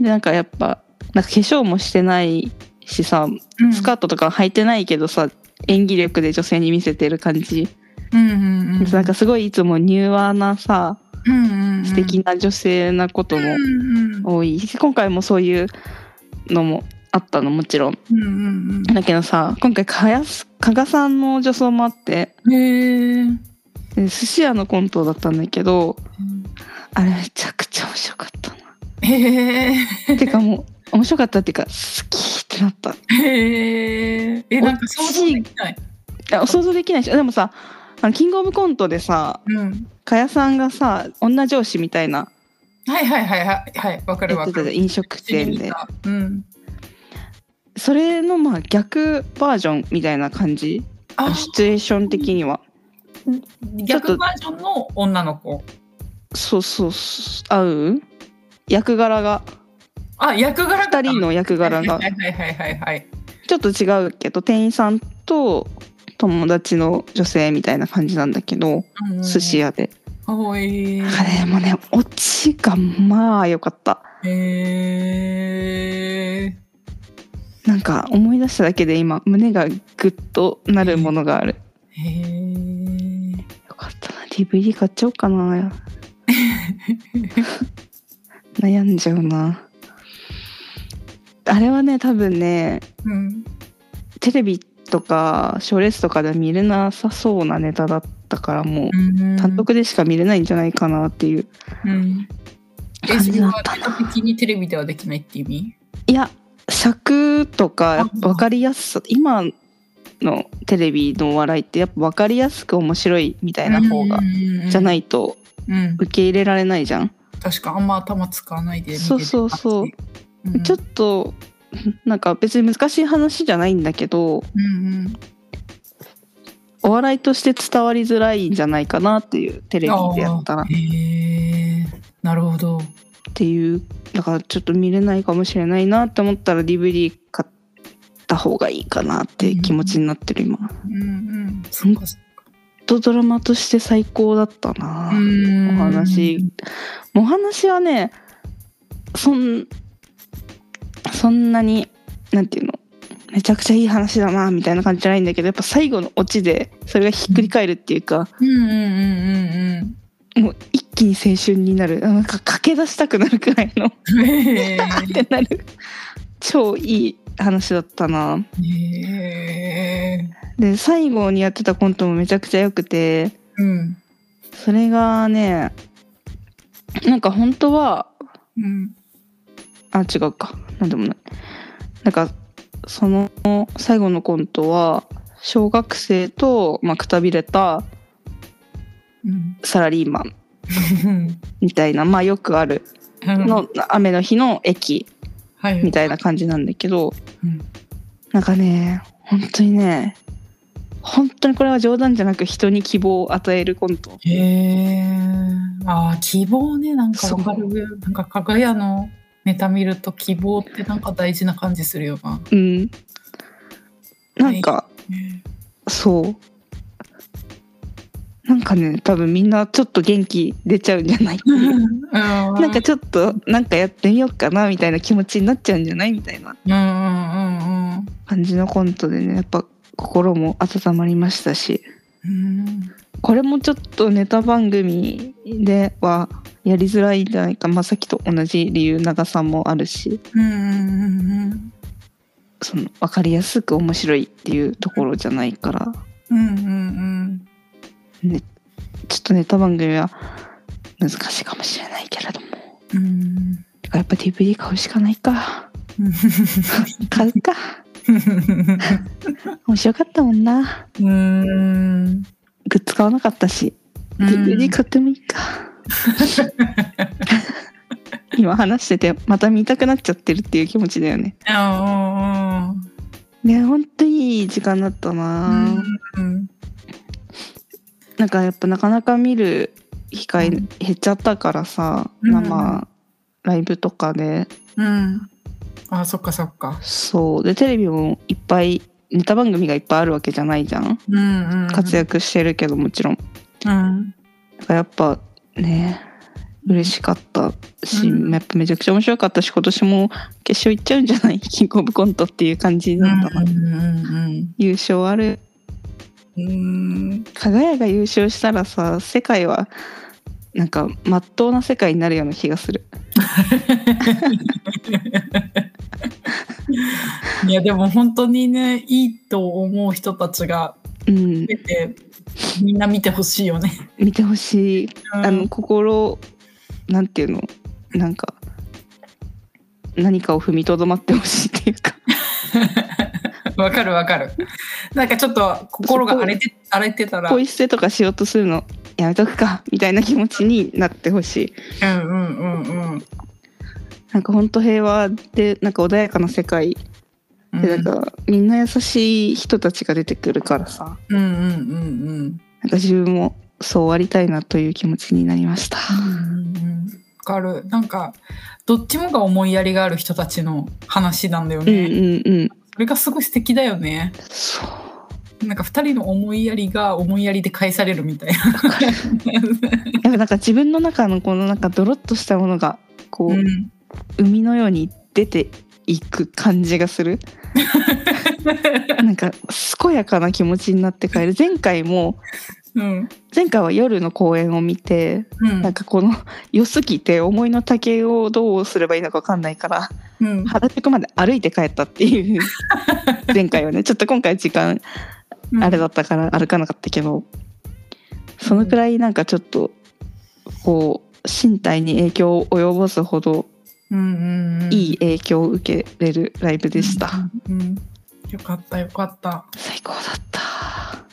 S2: ん
S1: でなんかやっぱなんか化粧もしてないしさ
S2: うん。
S1: スカートとか履いてないけどさ演技力で女性に見せてる感じ、
S2: うんうんうん。
S1: なんかすごいいつも柔和なさ
S2: うんうんうん
S1: 素敵な女性なことも
S2: うんうん
S1: 多いし今回もそういうのもあったのもちろん。
S2: うんうん
S1: だけどさ今回かやす加賀さんの女装もあって
S2: うん。へえ。
S1: で寿司屋のコントだったんだけどあれめちゃくちゃ面白かったな。
S2: へえ。
S1: てかもう面白かったっていうか好きってなった。
S2: へえ。え、なんか想像できない。
S1: いや想像できないしでもさあのキングオブコントでさ
S2: うん。
S1: 加谷さんがさ女上司みたいな
S2: はいはいはいはいはい。わかる
S1: やっ
S2: わ
S1: て
S2: か
S1: たじゃん
S2: る。
S1: 飲食店
S2: 一緒に見
S1: で
S2: たうん。
S1: それのまあ逆バージョンみたいな感じ
S2: あ、
S1: シチュエーション的には
S2: 逆バージョンの女の子。
S1: そうそうそう合う役柄が
S2: あ、役柄
S1: 2人の役柄 が
S2: はいはいはいはいはい。
S1: ちょっと違うけど店員さんと友達の女性みたいな感じなんだけど
S2: うんうん
S1: 寿司。屋で
S2: おい。
S1: なんかねもうねオチがまあ良かった
S2: へえ。
S1: なんか思い出しただけで今胸がグッとなるものがある
S2: へえ。
S1: よかったな DVD 買っちゃおうか な悩んじゃうなあれはね多分ね
S2: うん。
S1: テレビとか賞レースとかでは見れなさそうなネタだったからもう単独でしか見れないんじゃないかなっていう
S2: うん。え、
S1: 感
S2: そ
S1: じ
S2: れ
S1: だっ
S2: は
S1: た
S2: ネタ
S1: な
S2: 的にテレビではできないって意味。
S1: いや尺とかやっぱ分かりやすさ今のテレビのお笑いってやっぱ分かりやすく面白いみたいな方がじゃないいと
S2: うん。
S1: 受け入れられないじゃん
S2: 確かあんま頭使わないで見てる
S1: そうそうそう
S2: 感じうん
S1: ちょっとなんか別に難しい話じゃないんだけど
S2: うんうん
S1: お笑いとして伝わりづらいんじゃないかなっていうテレビでやったらっ
S2: へえなるほど
S1: ていうだからちょっと見れないかもしれないなって思ったら DVD 買った方がいいかなって気持ちになってる今、
S2: うんうんそっかそっか
S1: とドラマとして最高だったな、
S2: うん
S1: お話お話はねそんそんなになんていうのめちゃくちゃいい話だなみたいな感じじゃないんだけどやっぱ最後のオチでそれがひっくり返るっていうか、
S2: うんうんうん
S1: もう一気に青春になるなんか駆け出したくなるくらいの
S2: うんうんへ
S1: ってなる超いい話だったな
S2: えへえ
S1: で最後にやってたコントもめちゃくちゃ良くて
S2: うん
S1: それがねなんか本当は
S2: うん
S1: あ違うかなんでもないなんかその最後のコントは小学生と、まあ、くたびれた
S2: うん
S1: サラリーマンみたいなまあよくあるの雨の日の駅
S2: はい
S1: みたいな感じなんだけど
S2: うん
S1: なんかね本当にね本当にこれは冗談じゃなく人に希望を与えるコント
S2: へえああ希望ねなんかわかるなんか加賀屋のネタ見ると希望ってなんか大事な感じするよな
S1: うんなんか、そうなんかね多分みんなちょっと元気出ちゃうんじゃ ないな
S2: なん
S1: かちょっとなんかやってみようかなみたいな気持ちになっちゃうんじゃないみたいな
S2: うんうんうん
S1: 感じのコントでねやっぱ心も温まりましたし
S2: うんうん
S1: これもちょっとネタ番組ではやりづらいんじゃないか、まあ、さっきと同じ理由長さもあるし
S2: うんうんうん
S1: その分かりやすく面白いっていうところじゃないから
S2: うんうんうん
S1: ちょっとネタ番組は難しいかもしれないけれども
S2: うんうん
S1: だからやっぱ DVD 買うしかないか買うか面白かったもんな
S2: うん
S1: グッズ買わなかったし
S2: うん
S1: DVD 買ってもいいか今話しててまた見たくなっちゃってるっていう気持ちだよね
S2: あ
S1: ねほんといい時間だった
S2: あ
S1: な、
S2: うん
S1: なんかやっぱなかなか見る機会減っちゃったからさ、
S2: うん
S1: 生ライブとかで
S2: うんあそっかそっか
S1: そうでテレビもいっぱいネタ番組がいっぱいあるわけじゃないじゃん
S2: うんうん
S1: 活躍してるけどもちろん
S2: うん
S1: だからやっぱね嬉しかったし、
S2: うん
S1: やっぱめちゃくちゃ面白かったし今年も決勝行っちゃうんじゃないキングオブコントっていう感じ
S2: うん
S1: だったな、
S2: うん
S1: 優勝ある
S2: うんうん
S1: 輝が優勝したらさ世界はなんか真っ当な世界になるような気がする
S2: いやでも本当にねいいと思う人たちが
S1: うん
S2: 出てみんな見てほしいよね。
S1: 見てほしい、
S2: うん
S1: あの心なんていうのなんか何かを踏みとどまってほしいっていうか
S2: わかるわかる。なんかちょっと心が荒れて荒れてたら、う
S1: ポ
S2: ん
S1: イ捨てとかしようとするのやめとくかみたいな気持ちになってほしい
S2: うんうん
S1: なんか本当平和でなんか穏やかな世界
S2: うん。
S1: でなんかみんな優しい人たちが出てくるからさ
S2: うんうんうんうん
S1: なんか自分もそうありたいなという気持ちになりました
S2: うんうん。わかる。なんかどっちもが思いやりがある人たちの話なんだよ
S1: うん
S2: ね。
S1: うんうん
S2: それがすごい素敵だよね。
S1: そう
S2: なんか二人の思いやりが思いやりで返されるみたいな。
S1: やっぱなんか自分の中のこのなんかドロッとしたものがこう、
S2: うん
S1: 海のように出ていく感じがす るなんか健やかな気持ちになって帰る前回も
S2: うん
S1: 前回は夜の公演を見て
S2: うん
S1: なんかこの良すぎて思いの丈をどうすればいいのか分かんないから
S2: うん
S1: 原宿まで歩いて帰ったって いう前回はねちょっと今回時間
S2: うん
S1: あれだったから歩かなかったけどそのくらいなんかちょっとこう身体に影響を及ぼすほど
S2: うんうん
S1: いい影響を受けれるライブでした、。
S2: うんうんよかったよかった。
S1: 最高だった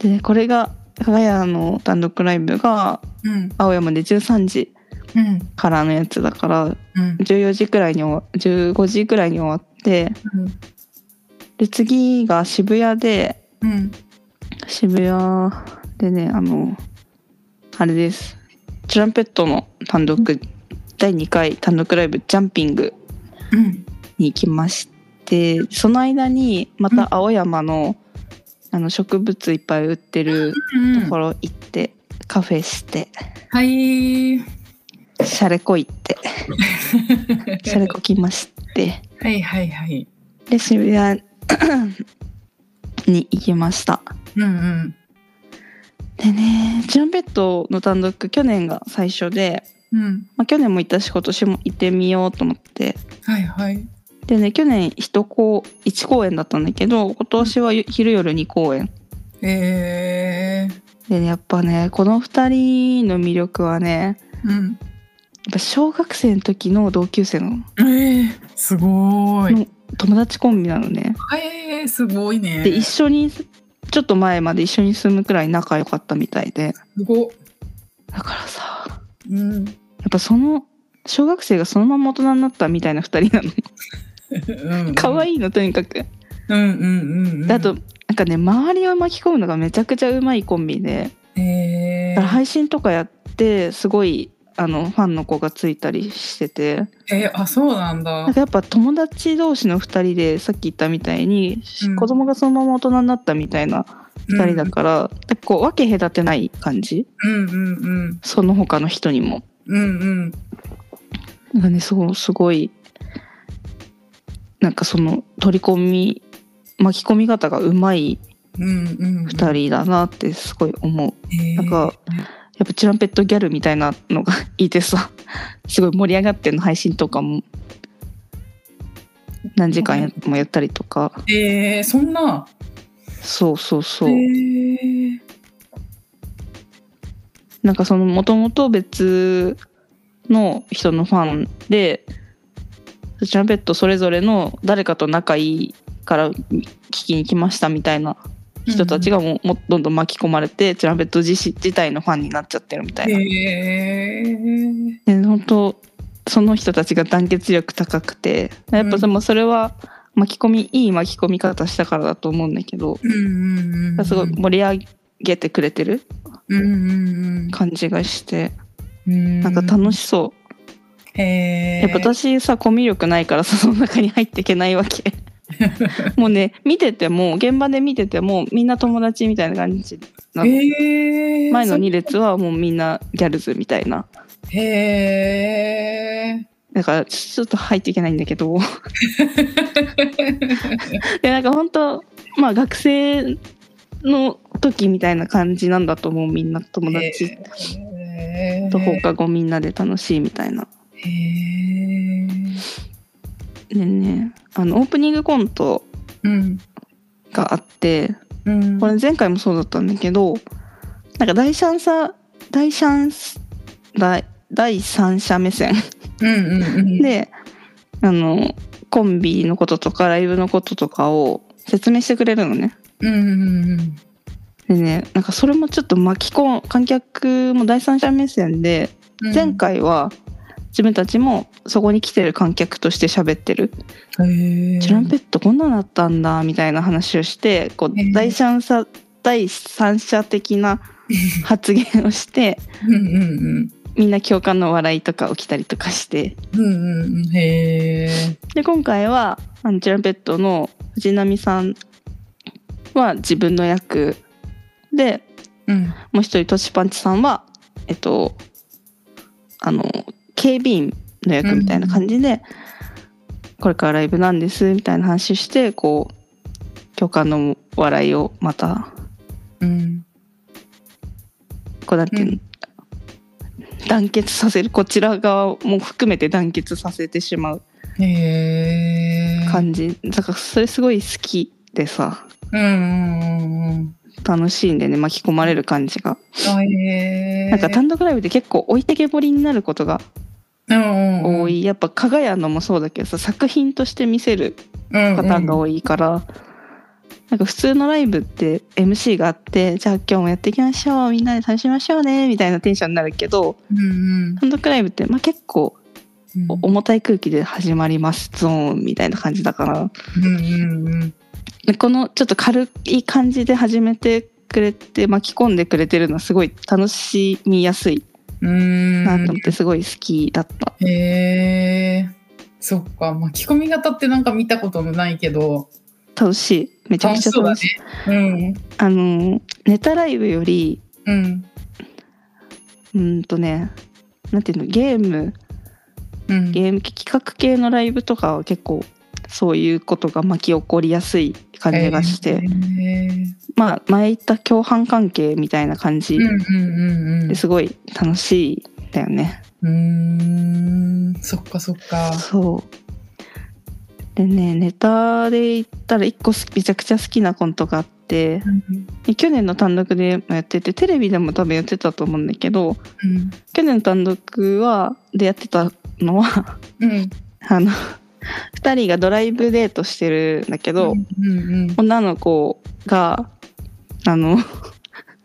S1: でねこれが加賀屋の単独ライブが
S2: うん
S1: 青山で13時
S2: うん
S1: からのやつだから
S2: うん
S1: 14時くらいに終わ15時くらいに終わってで次が渋谷で
S2: うん
S1: 渋谷でねあのあれですトランペットの単独第2回単独ライブ「ジャンピング
S2: うん。」
S1: に行きましてその間にまた青山の,、あの植物いっぱい売ってる
S2: うん
S1: ところ行って、カフェして
S2: はい。
S1: シャレこいってシャレこきまして
S2: はいはいはい。
S1: で渋谷に行きました。
S2: うんうん。
S1: でねチュランペットの単独去年が最初で、
S2: うん。
S1: まあ、去年も行ったし今年も行ってみようと思って
S2: はいはい。
S1: でね去年1公1公演だったんだけど今年は昼夜2公演
S2: えー。
S1: でねやっぱねこの2人の魅力はね
S2: う
S1: や
S2: ん。
S1: っぱ小学生の時の同級生の
S2: えー、すごーい。
S1: 友達コンビなのね
S2: えー、すごいね。
S1: で一緒にちょっと前まで一緒に住むくらい仲良かったみたいです
S2: ごっ。
S1: だからさや
S2: うん。
S1: っぱその小学生がそのまま大人になったみたいな2人なの可
S2: い。
S1: 愛いのとにかく
S2: うんうんうん、うん。
S1: であと、なんかね周りを巻き込むのがめちゃくちゃうまいコンビで、
S2: え
S1: だから
S2: ー、
S1: 配信とかやってすごいあのファンの子がついたりしてて
S2: えー、あ、そうなんだ
S1: なん。かやっぱ友達同士の2人でさっき言ったみたいに、
S2: うん
S1: 子供がそのまま大人になったみたいな2人だから、なんかこう分け隔てない感じ
S2: うんうんうん。
S1: その他の人にも。
S2: うんうん。
S1: なんかねすごいすごいなんかその取り込み巻き込み方がうまい
S2: うんうん。
S1: 2人だなってすごい思う。
S2: えー、
S1: なんかやっぱチュランペットギャルみたいなのがいてさ すごい盛り上がってんの配信とかも何時間やもやったりとか
S2: えー、そんな。
S1: そうそうそう、
S2: えー、
S1: なんかそのもともと別の人のファンでチュランペットそれぞれの誰かと仲いいから聞きに来ましたみたいな人たちがもうもうどんどん巻き込まれてチュランペット自身自体のファンになっちゃってるみたいな。
S2: えー、
S1: で本当その人たちが団結力高くてやっぱでもそれは巻き込み、いい巻き込み方したからだと思うんだけど、
S2: うんうんうん。
S1: すごい盛り上げてくれてる
S2: うんうん
S1: 感じがして、
S2: うん。
S1: なんか楽しそう、
S2: い。えー、
S1: やっぱ私さコミュ力ないからさその中に入っていけないわ けもうね見てても現場で見ててもみんな友達みたいな感じなの
S2: えー、
S1: 前の2列はもうみんなギャルズみたいな
S2: そう。へー。
S1: だからちょっと入っていけないんだけ どでなんか本当まあ学生の時みたいな感じなんだと思うみんな友達
S2: えー
S1: と放課後みんなで楽しいみたいな。
S2: へー。
S1: でねあのオープニングコント
S2: うん。
S1: があって
S2: うん。
S1: これ前回もそうだったんだけどなんか第三者第三第第三者目線
S2: うんうんうん。、
S1: であのコンビのこととかライブのこととかを説明してくれるのね。
S2: うんうんうん。
S1: でねなんかそれもちょっと巻き込む観客も第三者目線で前。回は自分たちもそこに来てる観客として喋ってる「
S2: へー。
S1: チュランペットこんなのあったんだ」みたいな話をしてこ
S2: へー
S1: う第三者第三者的 な発言をして
S2: うんうん
S1: みんな共感の笑いとか起きたりとかして
S2: うん。うんうんうん。へー。
S1: で今回はあのチュランペットの藤波さんは自分の役で
S2: うん。
S1: もう一人トシパンチさんはえっとあの警備員の役みたいな感じで、これからライブなんですみたいな話してこう共感の笑いをまた
S2: うん。
S1: こうなんていうの、団結させるこちら側も含めて団結させてしまう
S2: へー。
S1: 感じ、だからそれすごい好きでさ
S2: うんうんうんうん。
S1: 楽しいんでね巻き込まれる感じが、
S2: あへー。
S1: なんか単独ライブで結構置いてけぼりになることが
S2: うんうんうん
S1: 多。い、やっぱ加賀屋のもそうだけどさ作品として見せるパ
S2: パ
S1: ターンが多いから、なんか普通のライブって MC があってじゃあ今日もやっていきましょうみんなで楽しみましょうねみたいなテンションになるけど
S2: うん
S1: 単独ライブって、まあ、結構
S2: うん
S1: お重たい空気で始まりますゾーンみたいな感じだから
S2: うんうんうん
S1: でこのちょっと軽い感じで始めてくれて巻き込んでくれてるのはすごい楽しみやすい
S2: うん
S1: なと思ってすごい好きだった。
S2: へえそっか巻き込み型ってなんか見たことのないけど
S1: 楽しいめちゃくちゃ楽しい。
S2: うん
S1: あのネタライブより
S2: うん
S1: うーんとねなんていうのゲーム
S2: うん
S1: ゲーム企画系のライブとかは結構そういうことが巻き起こりやすい感じがして、
S2: へー
S1: まあ前言った共犯関係みたいな感じ
S2: うんうんうんうん
S1: ですごい楽しいんだよね。
S2: うーんそっかそっか
S1: そうでねネタで言ったら一個すめちゃくちゃ好きなコントがあって
S2: うん
S1: 去年の単独でもやっててテレビでも多分やってたと思うんだけど
S2: うん
S1: 去年の単独はでやってたのは
S2: うん
S1: あの2人がドライブデートしてるんだけど、
S2: うんうん
S1: 女の子があの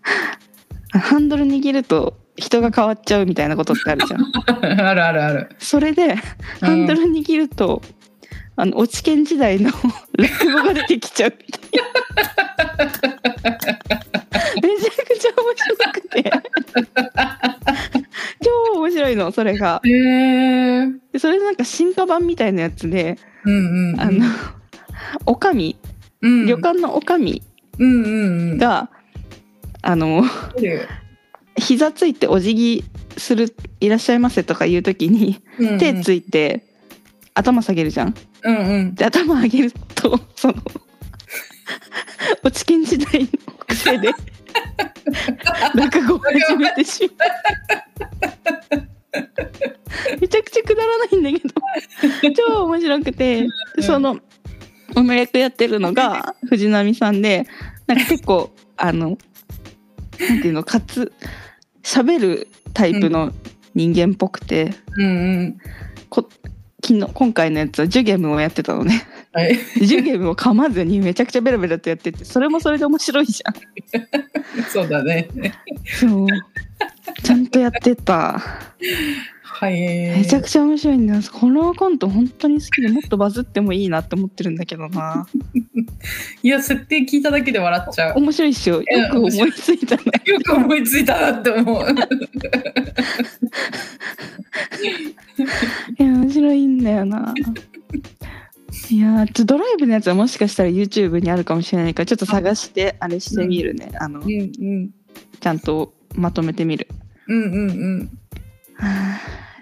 S1: ハンドル握ると人が変わっちゃうみたいなことってあるじゃん。
S2: あるあるある。
S1: それでハンドル握ると、あの落ち研時代の落語が出てきちゃうみたいな。めちゃくちゃ面白くて超面白いのそれが
S2: へえー。
S1: でそれなんか進化版みたいなやつで
S2: うんうん。
S1: あの、おかみ
S2: うん、
S1: 旅館のおかみ
S2: うんうんうん。
S1: が、あの
S2: ある
S1: 膝ついてお辞儀する「いらっしゃいませ」とか言う時に
S2: うんうん
S1: 手ついて頭下げるじゃん。
S2: うんうん。
S1: で頭上げると その落ち研時代の癖 で落語を始めてしまう。めちゃくちゃくだらないんだけど超面白くて
S2: うん
S1: そのおめ役やってるのが藤波さんでなんか結構あのなんていうのかつ喋るタイプの人間っぽくて、
S2: うんうん。
S1: こ昨日今回のやつはジュゲムをやってたのね。
S2: はい。
S1: ジュゲムを噛まずにめちゃくちゃベラベラとやっててそれもそれで面白いじゃん。
S2: そうだね。
S1: そうちゃんとやって た
S2: はい。
S1: めちゃくちゃ面白いんだよこのコント本当に好きでもっとバズってもいいなって思ってるんだけど ない
S2: や、設定聞いただけで笑っちゃう。
S1: 面白いっしょよく思いつい たな
S2: よく思いついたなって思う。
S1: いや面白いんだよないやーちょドライブのやつはもしかしたら YouTube にあるかもしれないからちょっと探してあれしてみるねあの
S2: うんうん。
S1: ちゃんとまとめてみる
S2: うんうんうん。
S1: はあ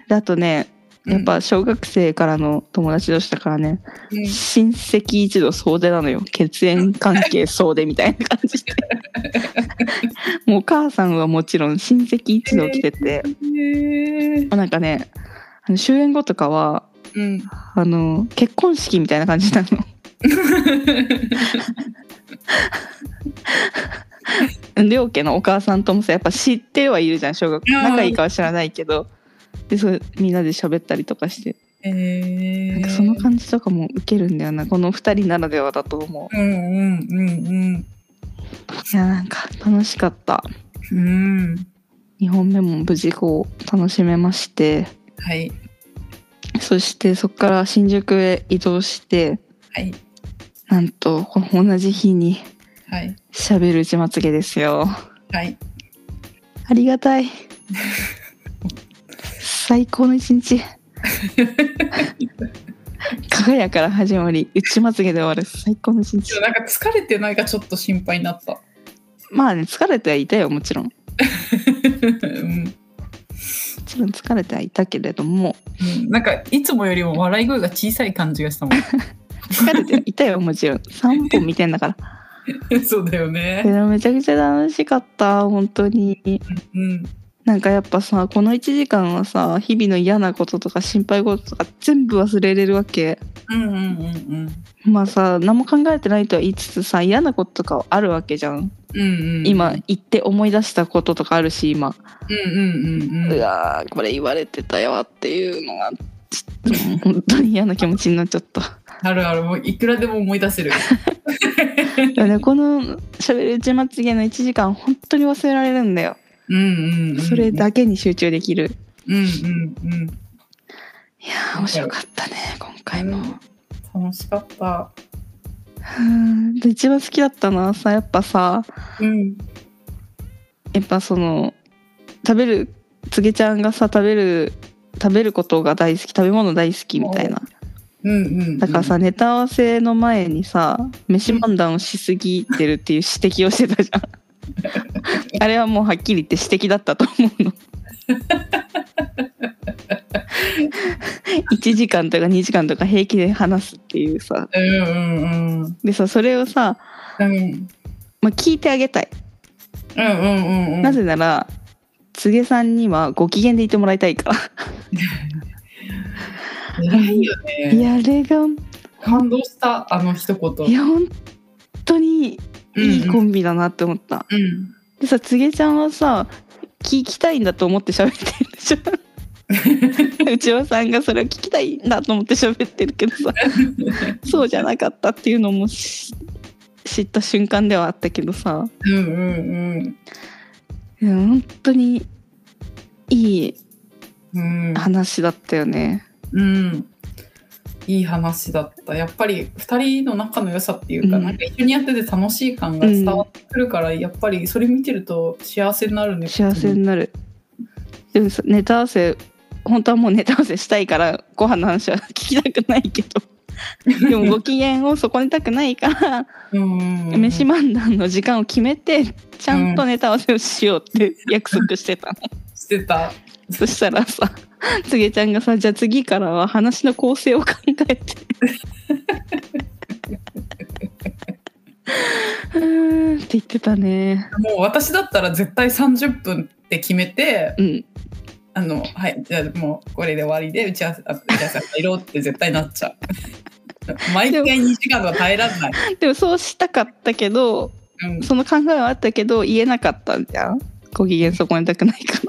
S1: であとねやっぱ小学生からの友達同士だからね、
S2: うん、うん
S1: 親戚一同総出なのよ血縁関係総出みたいな感じでもうお母さんはもちろん親戚一同来てて、
S2: へー
S1: なんかねあの終演後とかは
S2: うん。
S1: あの結婚式みたいな感じなの両家のお母さんともさやっぱ知ってはいるじゃん小学
S2: うん
S1: 仲いいかは知らないけどでそうみんなで喋ったりとかして
S2: へ
S1: なん
S2: え
S1: かその感じとかも受けるんだよなこの2人ならではだと思う
S2: うんうんうん
S1: いやなんか楽しかった
S2: うん。うん。
S1: 2本目も無事こう楽しめまして
S2: はい。
S1: そしてそこから新宿へ移動して
S2: はい。
S1: なんとこの同じ日に
S2: はい。
S1: 喋るうちまつげですよ
S2: はい。
S1: ありがたい最高の一日加賀屋から始まりうちまつげで終わる最高の一
S2: ち
S1: 日
S2: ょなんか疲れてないかちょっと心配になった。
S1: まあね疲れてはいたよもちろんも
S2: うん
S1: ちろん疲れてはいたけれども
S2: うんなんかいつもよりも笑い声が小さい感じがしたもん。
S1: 疲れてはいたよもちろん3本見てんだから
S2: そうだよ
S1: で
S2: ね。
S1: もめちゃくちゃ楽しかった本当に
S2: うん。
S1: なんかやっぱさこの1時間はさ日々の嫌なこととか心配事とか全部忘れれるわけ
S2: うんうんうん
S1: まあさ何も考えてないとは言いつつさ嫌なこととかはあるわけじゃん
S2: うん。うんうん、
S1: 今言って思い出したこととかあるし今、
S2: うんうんうん
S1: う
S2: うん
S1: わーこれ言われてたよっていうのがちょっと本 当に嫌な気持ちになっちゃっ た
S2: あるあるもういくらでも思い出せる
S1: だからねこの「しゃべるうちまつげ」の1時間本当に忘れられるんだよ
S2: うんうん、うん、
S1: それだけに集中できる
S2: うんうん
S1: いやー面白かったね今回も。
S2: うん楽しかった
S1: うんで一番好きだったのはさやっぱさ
S2: うん
S1: やっぱその食べるつげちゃんがさ食べる食べることが大好き食べ物大好きみたいな
S2: うんうんうん
S1: だからさ、ネタ合わせの前にさ飯漫談をしすぎてるっていう指摘をしてた じゃんあれはもうはっきり言って指摘だったと思 うの1時間とか2時間とか平気で話すっていうさ
S2: うんうんうん
S1: でさそれをさ、
S2: うん
S1: まあ、聞いてあげたい、
S2: うんうんうんうん
S1: なぜならつげさんにはご機嫌でいてもらいたいから
S2: 偉いよ
S1: い
S2: ね
S1: やあれが
S2: 感動したあの一言
S1: いや本当にいいコンビだなって思った、
S2: うんうん
S1: でさつげちゃんはさ聞きたいんだと思って喋ってるでしょうちわさんがそれを聞きたいんだと思って喋ってるけどさそうじゃなかったっていうのもし知った瞬間ではあったけどさ
S2: うんうん
S1: いや本当にいい
S2: うんうん
S1: 話だったよね。
S2: うんいい話だったやっぱり2人の仲の良さっていうか,、
S1: うん
S2: なんか一緒にやってて楽しい感が伝わってくるから、やっぱりそれ見てると幸せになるね
S1: 幸せになる。でもさネタ合わせ本当はもうネタ合わせしたいからご飯の話は聞きたくないけ どでもご機嫌を損ねたくないから
S2: うんうんうん
S1: 飯漫談の時間を決めてちゃんとネタ合わせをしよう って約束してたの、
S2: してた
S1: そしたらさつげちゃんがさじゃあ次からは話の構成を考 えて うーんって言ってたね
S2: もう私だったら絶対30分って決めて
S1: うん
S2: あのはいじゃあもうこれで終わりで打ち合わせあ打ち合わせ入ろうって絶対なっちゃう毎回2時間は耐えられない、
S1: でもそうしたかったけど
S2: うん、
S1: その考えはあったけど言えなかったんじゃんご機嫌損ねたくないか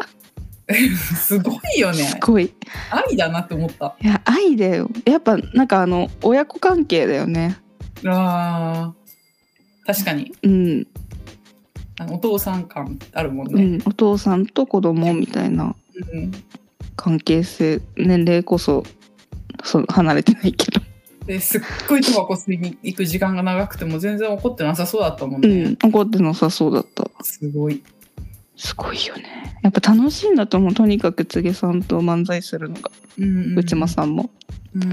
S1: ら、
S2: すごいよ
S1: す
S2: ね
S1: ごい
S2: 愛だなって思った
S1: いや愛だよやっぱなんかあの親子関係だよね
S2: あー確かに
S1: うん
S2: あのお父さん感あるもん
S1: う
S2: ね、
S1: ん、お父さんと子供みたいな
S2: うん
S1: 関係性年齢こそそう離れてないけど、
S2: ですっごいタバコ吸いに行く時間が長くても全然怒ってなさそうだったもん
S1: う
S2: ね、
S1: ん、怒ってなさそうだった
S2: すごい
S1: すごいよねやっぱ楽しいんだと思うとにかくつげさんと漫才するのが
S2: うん
S1: 内間さんも、
S2: うん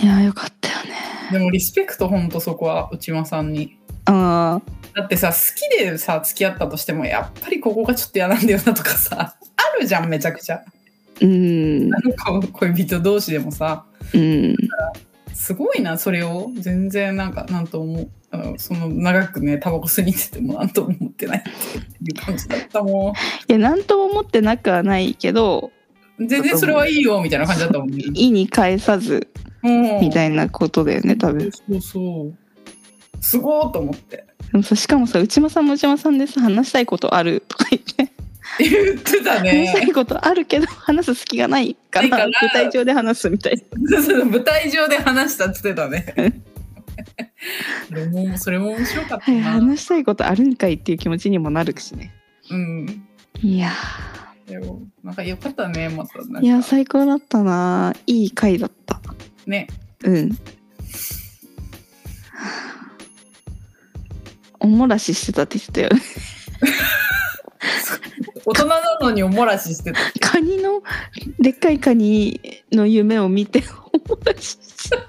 S1: いやーよかったよね
S2: でもリスペクトほんとそこは内間さんに
S1: あ
S2: だってさ好きでさ付き合ったとしてもやっぱりここがちょっと嫌なんだよなとかさあるじゃんめちゃくちゃ
S1: ーうん
S2: なんか恋人同士でもさ
S1: うん
S2: すごいなそれを全然なんかなんともあのその長くねタバコ吸いに行っててもなんとも思ってないっていう感じだったも
S1: いや何とも思ってなくはないけど
S2: ん全然それはいいよみたいな感じだったもんね
S1: 意に返さず
S2: うん
S1: みたいなことだよね多分
S2: そうそうすごーと思って
S1: でもさしかもさ内間さんも内間さんでさ話したいことあるとか言って
S2: 言ってた
S1: 話した
S2: ね
S1: いことあるけど話す隙がないから
S2: ないから
S1: 舞台上で話すみ たい
S2: 舞台上で話したって言ってたねそれもそれも面白かった
S1: な
S2: な
S1: 話したいことあるんかいっていう気持ちにもなるしね
S2: うん
S1: いや
S2: でもなんかよかったねまたなんか
S1: いや最高だったないい回だった
S2: ね
S1: うん おもらししてたって言ってたよね
S2: 大人なのにおもらししてた
S1: カニのでっかいカニの夢を見て おもらししてた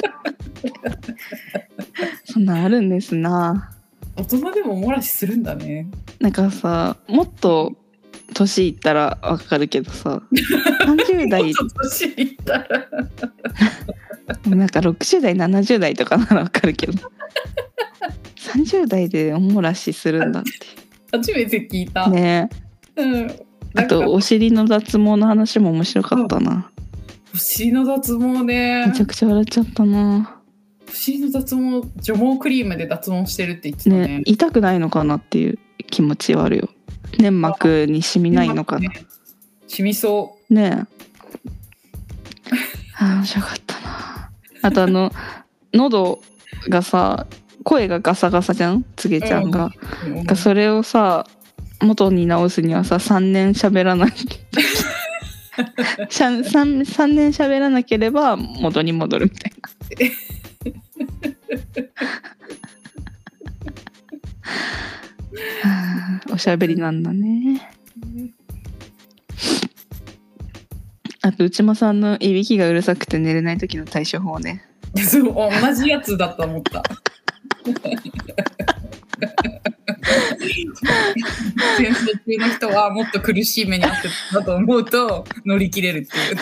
S1: そんなんあるんですな
S2: 大人でもおもらしするんだね
S1: なんかさもっと年いったらわかるけどさ30
S2: もっ
S1: 代
S2: と年いったら
S1: なんか60代70代とかならわかるけど30代でおもらしするんだって
S2: 初めて聞いた、
S1: ね
S2: うん
S1: あ
S2: なん
S1: と
S2: か
S1: お尻の脱毛の話も面白かったな
S2: お尻の脱毛ね
S1: めちゃくちゃ笑っちゃったな
S2: お尻の脱毛除毛クリームで脱毛してるって言ってたね
S1: ね痛くないのかなっていう気持ちはあるよ粘膜に染みないのかな
S2: ね染みそ
S1: ねえあー面白かったなあとあの喉がさ声がガサガサじゃんつげちゃんが、
S2: うう、うん
S1: なんかそれをさ元に直すにはさ3年喋らないしゃ 3, 三年喋らなければ元に戻るみたいなはあおおしゃべりなんだね。あと内間さんのいびきがうるさくて寝れない時の対処法ね。
S2: そう同じやつだと思った。戦争中の人はもっと苦しい目に遭ってたと思うと乗り切れるっていうね。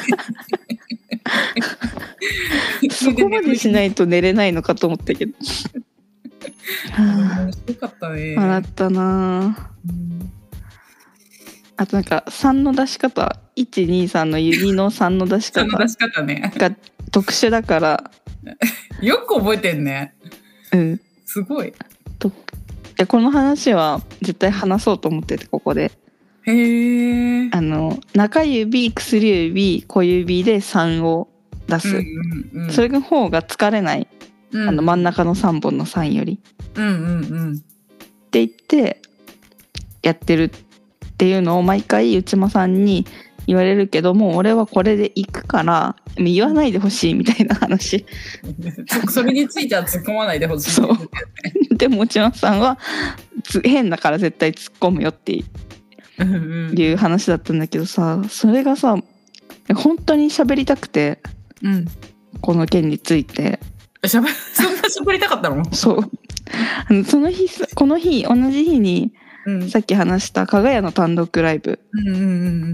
S1: そこまでしないと寝れないのかと思ったけど。は
S2: 面白かったね
S1: あ。笑ったなあ。あとなんか3の出し方123の指の3の出し
S2: そ
S1: 方
S2: の出し方ね。
S1: が特殊だから、
S2: よく覚えてんね。
S1: うん、い
S2: すごい。
S1: やこの話は絶対話そうと思っててここで
S2: へえ。
S1: あの中指薬指小指で3を出す、
S2: うんうんうん。
S1: それの方が疲れない、
S2: うん
S1: あの真ん中の3本の3より
S2: うんうん
S1: って言ってやってるっていうのを毎回内間さんに言われるけどもう俺はこれで行くからもう言わないでほしいみたいな話
S2: うん。そそれについては突っ込まないでほしい。
S1: そうでも内間さんはつ変だから絶対突っ込むよってい
S2: うんうん。
S1: う話だったんだけどさそれがさ本当に喋りたくて
S2: うん。
S1: この件について
S2: しゃべそんなしゃべりたかったの？
S1: そうあのその日さこの日同じ日に
S2: うん。
S1: さっき話した加賀屋の単独ライブ
S2: うんうんう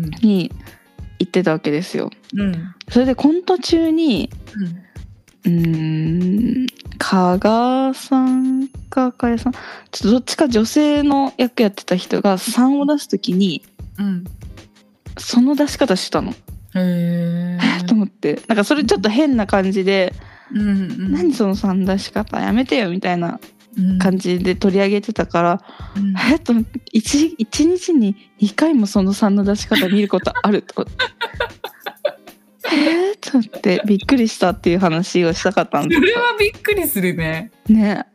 S2: ん
S1: に行ってたわけですよ
S2: うん。うん。
S1: それでコント中にうーん加賀さんか加谷さんちょっとどっちか女性の役やってた人が3を出す時に
S2: うん。
S1: その出し方してたの、
S2: へえ。
S1: と思ってなんかそれちょっと変な感じで
S2: うんう
S1: 「
S2: ん。
S1: 何その3出し方やめてよ」みたいな
S2: うん
S1: 感じで取り上げてたから
S2: うん
S1: 「えっ?」と思って1日に2回もその3の出し方見ることあると 思って。えー、と思ってびっくりしたっていう話をしたかったん
S2: そ
S1: です
S2: れはびっくりするね。
S1: ね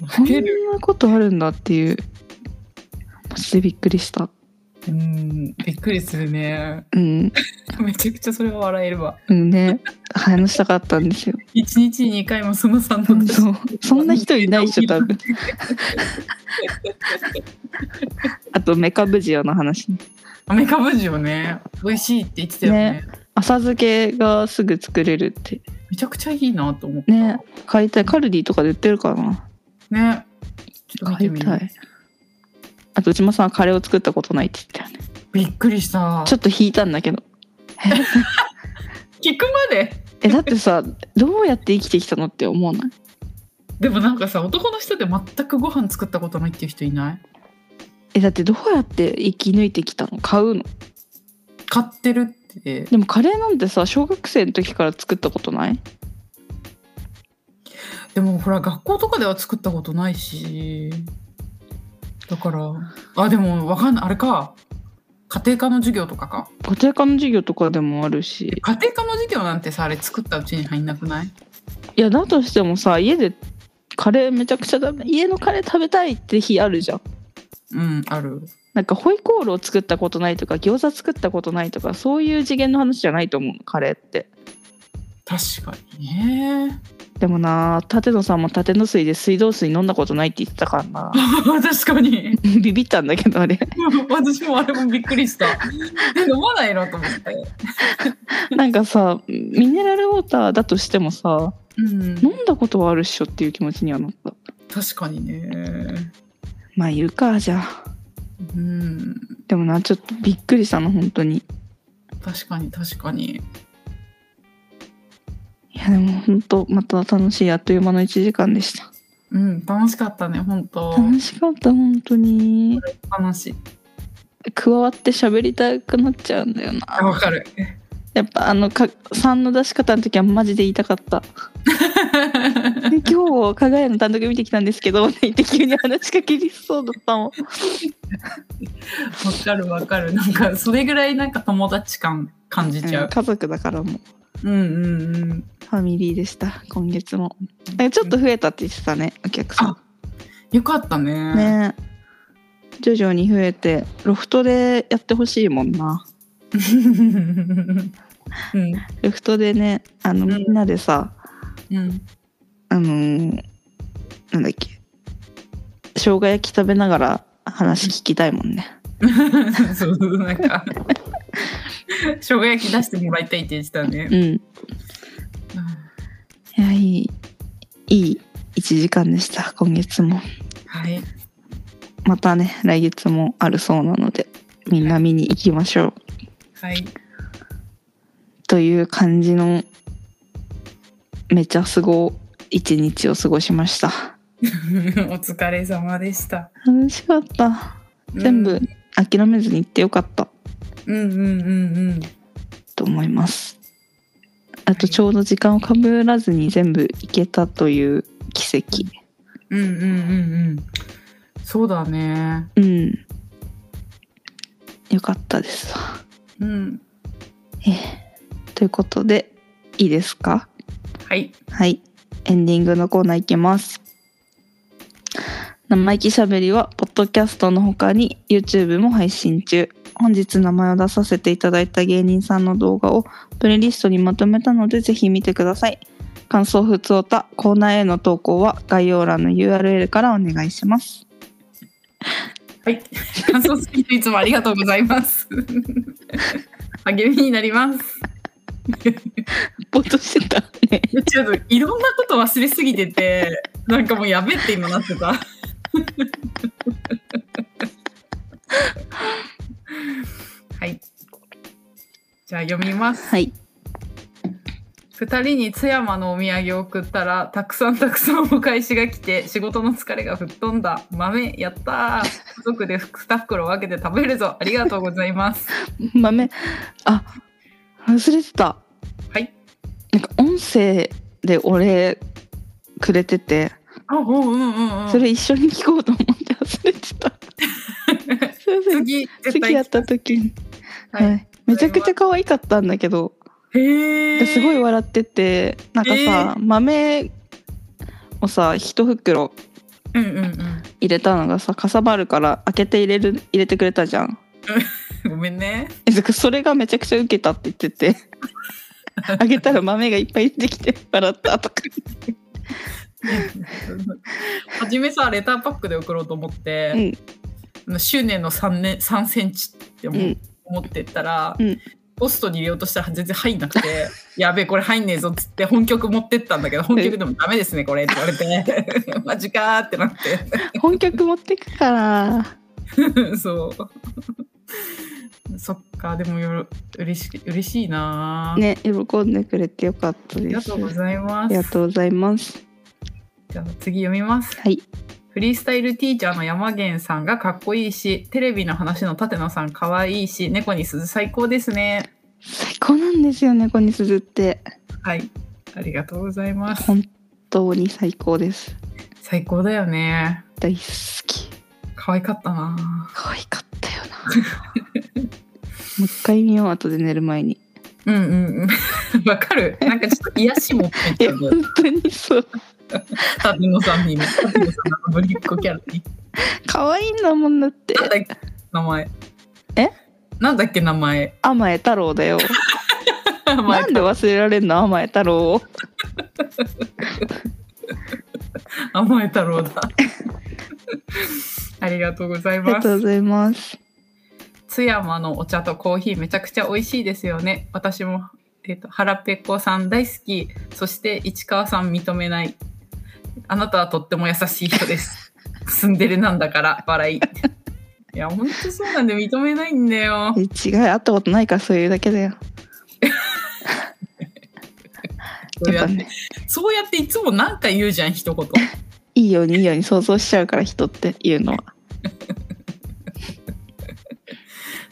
S1: こ
S2: 負
S1: ん
S2: ける。
S1: なことあるんだっていうマジでびっくりした
S2: うん。びっくりするね。
S1: うん、
S2: めちゃくちゃそれは笑えるわ。
S1: うん、ね話したかったんですよ
S2: 一日に二回もその三の出し
S1: そうそんな人いないでしょ多分あとメカブジオの話ね
S2: メカブジをね、美味しいって言ってたよね。
S1: ね浅漬けがすぐ作れるって
S2: めちゃくちゃいいなと思った。
S1: ね買いたいカルディとかで売ってるかな
S2: ねちょっと見
S1: 買
S2: て
S1: い
S2: み
S1: た
S2: る。
S1: いあと内間さんはカレーを作ったことないって言ってたよね
S2: びっくりした。
S1: ちょっと引いたんだけど
S2: 聞くまで。
S1: えだってさどうやって生きてきたのって思わない
S2: でもなんかさ、男の人で全くご飯作ったことないっていう人いない
S1: えだってどうやって生き抜いてきたの買うの
S2: 買ってるって。
S1: でもカレーなんてさ小学生の時から作ったことない
S2: でもほら、学校とかでは作ったことないし。だから、あ、でもわかんない。あれか。家庭科の授業とかか。
S1: 家庭科の授業とかでもあるし
S2: 家庭科の授業なんてさ、あれ作ったうちに入んなくない
S1: いやだとしてもさ家でカレーめちゃくちゃ食べ家のカレー食べたいって日あるじゃん
S2: うん、ある。
S1: なんかホイコールを作ったことないとか餃子作ったことないとかそういう次元の話じゃないと思うのカレーって
S2: 確かにね。
S1: でもな舘野さんも舘野水で水道水飲んだことないって言ってたからな
S2: 確かに。
S1: ビビったんだけどあれ
S2: 私もあれもびっくりした。え飲まないのと思って。
S1: なんかさミネラルウォーターだとしてもさ
S2: うん、
S1: 飲んだことはあるっしょっていう気持ちにはなった
S2: 確かにね。
S1: まあいるかじゃあ
S2: うん、
S1: でもなちょっとびっくりしたの本当に
S2: 確かに確かに。
S1: いやでも本当また楽しいあっという間の1時間でした
S2: うん、楽しかったね、本当
S1: 楽しかった本当に
S2: 話。
S1: 加わって喋りたくなっちゃうんだよ
S2: あ、わ
S1: な
S2: かる。
S1: やっぱあのか3の出し方の時はマジで言いたかった 「で今日加賀屋の単独見てきたんですけど」って言って急に話しかけりそうだったもん
S2: わかるわかる。なんか、それぐらいなんか友達感感じちゃ
S1: うん
S2: う。
S1: 家族だからもう
S2: うんうんうん。
S1: ファミリーでした今月もえちょっと増えたって言ってたねお客さん
S2: よかったね。
S1: ね徐々に増えてロフトでやってほしいもんな
S2: うん。
S1: ロフトでねあの
S2: うん
S1: みんなでさ、
S2: うん。
S1: あのーなんだっけ生姜焼き食べながら話聞きたいもんね。
S2: そうな んか生姜焼き出してもらいたいって言ってたね
S1: う。ん。いや、いい、いい1時間でした、今月も。
S2: はい。
S1: またね、来月もあるそうなので、みんな見に行きましょう。
S2: はい。
S1: という感じの、めちゃすごい一日を過ごしました。
S2: お疲れ様でした。
S1: 楽しかった。全部諦めずに行ってよかった
S2: うん。うんうんうんうん。
S1: と思います。あとちょうど時間をかぶらずに全部行けたという奇跡。
S2: うんうんうんうん。そうだね。
S1: うん。よかったですわ。
S2: うん。
S1: ええということで、いいですか
S2: はい。
S1: はい。エンディングのコーナーいきます。生意気しゃべりは、ポッドキャストの他に YouTube も配信中。本日名前を出させていただいた芸人さんの動画をプレイリストにまとめたので、ぜひ見てください。感想、ふつおた、コーナーへの投稿は概要欄の URL からお願いします。
S2: はい。感想付きでいつもありがとうございます。励みになります。
S1: ぼーっとしてたね。
S2: ちょっといろんなこと忘れすぎてて、なんかもうやべって今なってた。はい。じゃあ読みます。
S1: はい。
S2: 2人に津山のお土産を送ったらたくさんたくさんお返しが来て仕事の疲れが吹っ飛んだ豆やったー家族で2袋分けて食べるぞありがとうございます
S1: 豆、あ、忘れてた。
S2: はい
S1: なんか音声でお礼くれてて、
S2: あうんうんうんうん
S1: それ一緒に聞こうと思って忘れて た。すいません。
S2: 次絶
S1: 次
S2: 対
S1: やった時に、はい、
S2: はい
S1: めちゃくちゃ可愛かったんだけど、
S2: へえ
S1: すごい笑ってて、なんかさ、豆をさ一袋
S2: うんうんうん
S1: 入れたのがさかさばるから開けて入れる入れてくれたじゃん。
S2: ごめんね
S1: えそれがめちゃくちゃウケたって言って て開けたら豆がいっぱい出てきて笑ったとか。
S2: 初めさレターパックで送ろうと思って、あの執念の3年3センチって思
S1: う
S2: うん思ってったら、
S1: うん
S2: ポストに入れようとしたら全然入んなくて 「やべえこれ入んねえぞ」っつって本曲持ってったんだけど本曲でも「ダメですねこれ」って言われて 「マジか」って なっ
S1: 本曲持ってくから
S2: てそうそっかでもよろ嬉し嬉しいな、
S1: ね喜んでくれてよかった
S2: あり
S1: で
S2: が
S1: す。
S2: とうご
S1: あ
S2: ざいます
S1: りがとうございます。
S2: じゃあ次読みます
S1: はい。
S2: フリースタイルティーチャーの山源さんがかっこいいしテレビの話の舘野さんかわいいし猫に鈴最高ですね
S1: 最高なんですよね、こにすずって。
S2: はいありがとうございます
S1: 本当に最高です。
S2: 最高だよね
S1: 大好き。
S2: 可愛かったな
S1: 可愛かったよな。もう一回見よう、後で寝る前に。
S2: うんうん うん。わかる。なんかちょっと癒しもって
S1: い
S2: き
S1: や、
S2: た
S1: 本当にそう。
S2: 舘野さんに、舘野さんのぶりっ子キャラに。
S1: 可愛いんだもんだって。
S2: なんだっけ名前。
S1: え
S2: なんだっけ名前。
S1: 甘え太郎だよ。
S2: 名前
S1: なんで忘れられんの、甘え太郎を。
S2: 甘え太 郎だ。ありがとうござい
S1: あり
S2: ま
S1: がとう
S2: す
S1: ご。ざいます。
S2: 津山のお茶とコーヒーめちゃくちゃ美味しいですよね。私も、えっ、と、腹ペコさん大好き。そして、市川さん認めない。あなたはとっても優しい 人です。ツンデレなんだから、笑い。いや、ほんとそうなんで認めないんだよ。
S1: え違い、会ったことないから、そういうだけだよ。
S2: そう
S1: や
S2: や
S1: っ
S2: っ
S1: ぱ
S2: て、
S1: ね、
S2: そうやっていつも何か言うじゃん、一言。
S1: いいようにいいように想像しちゃうから、人っていうのは。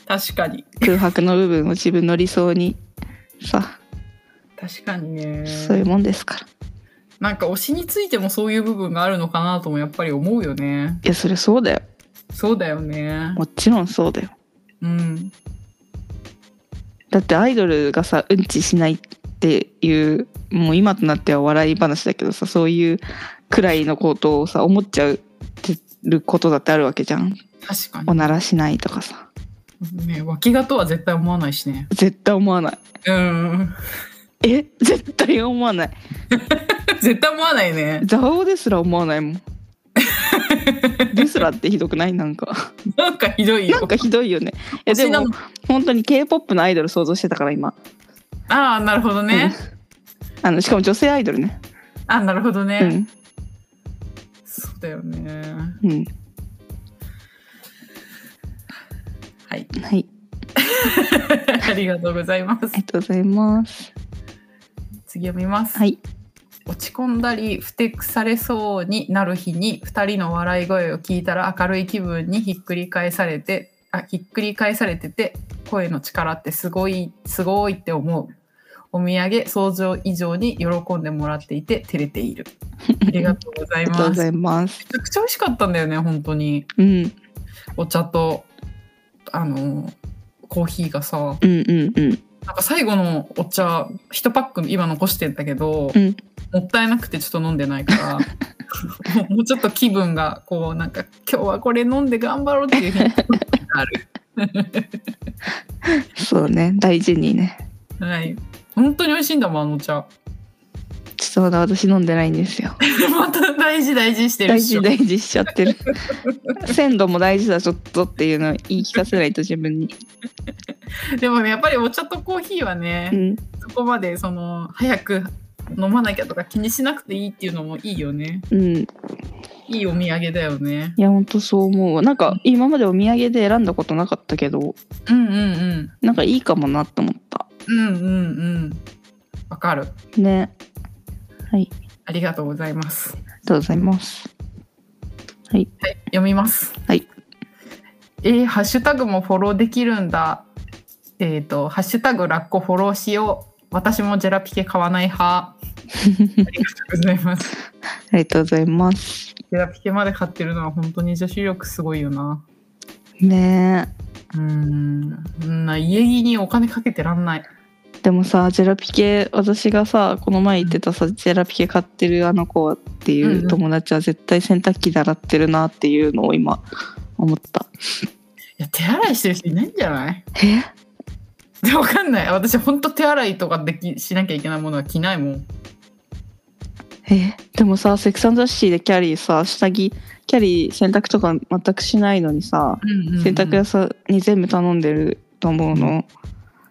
S2: 確かに。
S1: 空白の部分を自分の理想に。さ
S2: 確かにね
S1: あ、。そういうもんですから。い
S2: なんか推しについてもそういう部分があるのかなともやっぱり思うよね。
S1: や、それそうだよ。
S2: そうだよね。
S1: もちろんそうだよ。
S2: うん。
S1: だってアイドルがさうんちしないっていうもう今となっては笑い話だけどさそういうくらいのことをさ思っちゃうってることだってあるわけじゃん
S2: 確かに
S1: お。ならしないとかさ
S2: ね、脇がとは絶対思わないしね。
S1: 絶対思わない
S2: うん。
S1: え絶対思わない
S2: 絶対思わないね。
S1: 座王ですら思わないもんデュスラってひどくないなんか
S2: なんかひどい
S1: な
S2: よ
S1: んかひどいよねいやで
S2: 推しな
S1: も
S2: の
S1: 本当に k p o p のアイドル想像してたから今
S2: ああなるほどね、
S1: あのしかも女性アイドルね
S2: ああなるほどね、
S1: うん
S2: そうだよね
S1: うん
S2: はい
S1: はい
S2: ありがとうございます
S1: ありがとうございます
S2: 次読みます、
S1: はい
S2: 落ち込んだりふてくされそうになる日に2人の笑い声を聞いたら明るい気分にひっくり返されてあひっくり返されてて声の力ってすごいすごいって思うお土産想像以上に喜んでもらっていて照れているありがとうござ
S1: あ
S2: い
S1: りがとう
S2: ま
S1: ご
S2: す
S1: ざ
S2: め
S1: います
S2: ちゃくちゃ美味しかったんだよね本当に
S1: うん
S2: お茶とあのコーヒーがさ
S1: うんうんうん
S2: なんか最後のお茶1パック今残してんだけど、
S1: うん
S2: もったいなくてちょっと飲んでないから もうちょっと気分がこうなんか今日はこれ飲んで頑張ろうっていう日になる
S1: そうね大事にね
S2: はい本当に美味しいんだもんあのお茶
S1: ちょっとまだ私飲んでないんですよ
S2: また大事大事してるっ
S1: 大
S2: し
S1: 事
S2: ょ
S1: 大事しちゃってる 鮮度も大事だちょっとっていうのを言い聞かせないと自分に
S2: でもねやっぱりお茶とコーヒーはね、
S1: うん
S2: そこまでその早く飲まなきゃとか気にしなくていいっていうのもいいよね
S1: うんい
S2: いいお土産だよね
S1: やほんとそう思うわなんか今までお土産で選んだことなかったけど
S2: うんうんうん
S1: なんかいいかもなと思った
S2: うんうんうんわかる
S1: ねはい
S2: ありがとうございます
S1: ありがとうございます
S2: 読みます。
S1: はい。
S2: えーハッシュタグもフォローできるんだ。えっ、と、ハッシュタグラッコフォローしよう。私もジェラピケ買わない派。ありがとうございます。
S1: ありがとうございます
S2: ジェラピケまで買ってるのは本当に女子力すごいよな。
S1: ね
S2: うーん。うんな家着にお金かけてらんない。
S1: でもさジェラピケ私がさこの前言ってたさジェラピケ買ってるあの子ってい
S2: んう
S1: うんう友達は絶対洗濯機習ってるなっていうのを今思った
S2: いや、手洗いしてる人いないんじゃない
S1: え
S2: でわかんない。私本当手洗いとかできしなきゃいけないものは着ないもん。
S1: えでもさセクサンドシティでキャリーさ下着キャリー洗濯とか全くしないのにさ
S2: うん
S1: 洗濯屋さんに全部頼んでると思うの、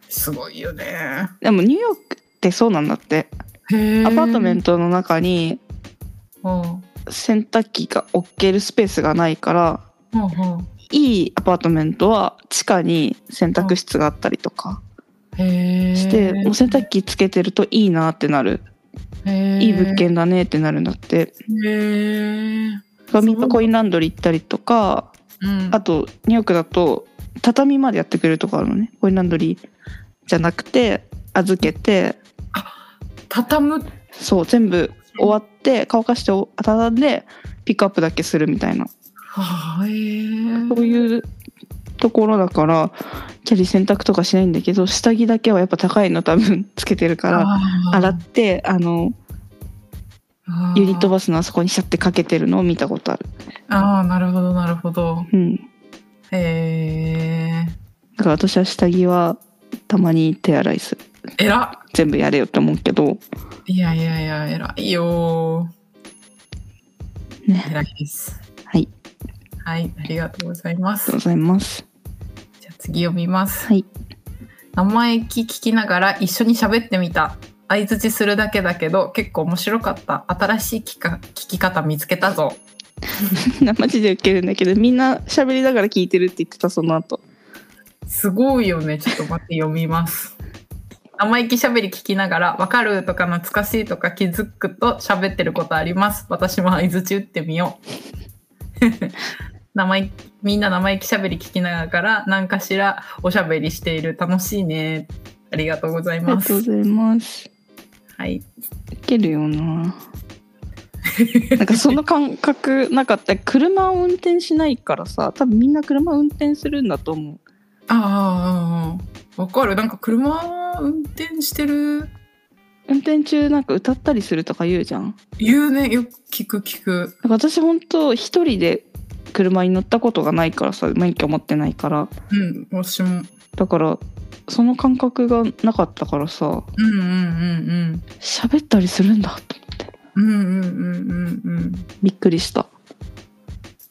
S2: すごいよね。
S1: でもニューヨークってそうなんだって
S2: へ
S1: アパートメン
S2: ト。
S1: トの中に
S2: うん
S1: 洗濯機が置けるスペースがないから
S2: うんうん
S1: いいアパートメントは地下に洗濯室があったりとか
S2: へ
S1: してもう洗濯機つけてるといいなってなるい
S2: い
S1: い物件だねってなるんだって
S2: へえ、そう
S1: みんなコインランドリー行ったりとか
S2: うん、
S1: あとニューヨークだと畳までやってくれるとこあるのねコインランドリーじゃなくて預けて
S2: 畳む
S1: そう全部終わって乾かしてお畳んでピックアップだけするみたいな
S2: はあへえ
S1: そういうところだからキャリー洗濯とかしないんだけど下着だけはやっぱ高いの多分つけてるから洗ってあのユニット
S2: バ
S1: バスのあそこにシャってかけてるのを見たことある
S2: あーあーなるほどなるほど
S1: うんだ
S2: へえ
S1: から私は下着はたまに手洗いする
S2: えら
S1: 全部やれよって思うけど
S2: いやいやいやえらいよ
S1: ね
S2: えらいです
S1: はい
S2: はいありがとうございま
S1: ありがと
S2: す
S1: うございます
S2: じゃあ次読みます
S1: はい
S2: 生意気聞きながら一緒に喋ってみた相づちするだけだけど結構面白かった新しい聞か聞き方見つけたぞ
S1: マジでウケるんだけどみんな喋りながら聞いてるって言ってたその後
S2: すごいよね。ちょっと待って読みます。生意気しゃべり聞きながら、わかるとか懐かしいとか気づくと喋ってることあります。私も相づち打ってみよう。 生意気みんな生意気しゃべり聞きながら、何かしらおしゃべりしている。楽しいね。ありがとうござ
S1: あ
S2: い
S1: りが
S2: ま
S1: とうご
S2: す。
S1: ざいます
S2: はい。
S1: ウケるよななんかその感覚なかった車を運転しないからさ多分みんな車運転するんだと思う
S2: ああ、わかる。なんか車運転してる。
S1: 運転中なんか歌ったりするとか言うじゃん
S2: 言うね。よく聞く聞く。
S1: なんか私本当一人で車に乗ったことがないからさ免許持ってないから
S2: うん、私も。
S1: だからその感覚がなかったからさ
S2: うんうんうん
S1: 喋ったりするんだと思って
S2: うん。うんうんうんうんうん。
S1: びっくりした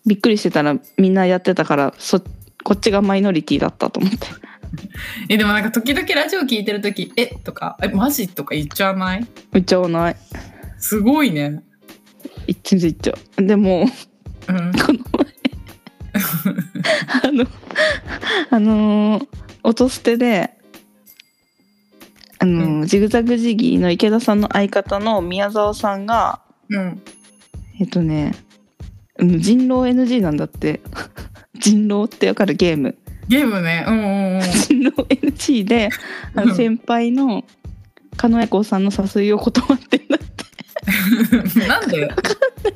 S1: びっくりしてたらみんなやってたからそこっちがマイノリティだったと思って
S2: えでもなんか時々ラジオ聞いてる時「えとか「えマジ?」とか言っちゃわない
S1: 言っちゃわない
S2: すごいね。
S1: 言っちゃう言っちゃうでも
S2: うん、
S1: この前あのあのー音捨てであのー、
S2: う
S1: ジグザグジギーの池田さんの相方の宮沢さんが
S2: うん、
S1: えっとねうん人狼 NG なんだって 人狼ってわかるゲーム
S2: ゲームねうんうんうん
S1: 人狼 NG であ
S2: う
S1: の
S2: ん
S1: 先輩の狩野英孝さんの誘いを断ってんだって
S2: なん で
S1: な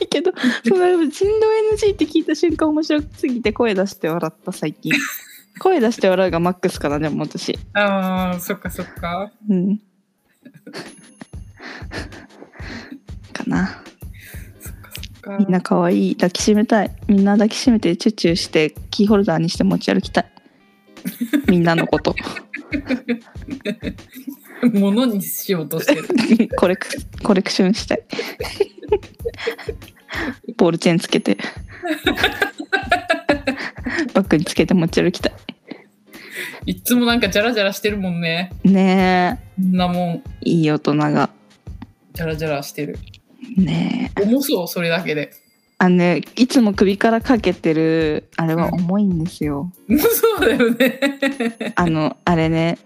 S1: いけどその人狼 NG って聞いた瞬間面白すぎて声出して笑った最近声出して笑うがマックスかなでも私
S2: ああそっかそっか
S1: うんかな
S2: そっかそっか
S1: みんな可愛い抱きしめたいみんな抱きしめてチュチュしてキーホルダーにして持ち歩きたいみんなのこと
S2: ものにしようとしてる
S1: コレクコレクションしたいボールチェーンつけてバッグにつけて持ち歩きた
S2: いっつもなんかジャラジャラしてるもんね
S1: いねえ
S2: こんなもん
S1: いい大人が。
S2: ジャラジャラしてる
S1: ねえ。
S2: 重そうそれだけで
S1: あのね、いつも首からかけてる、あれは重いんですよ。
S2: 重そうだよね
S1: あの、あれね、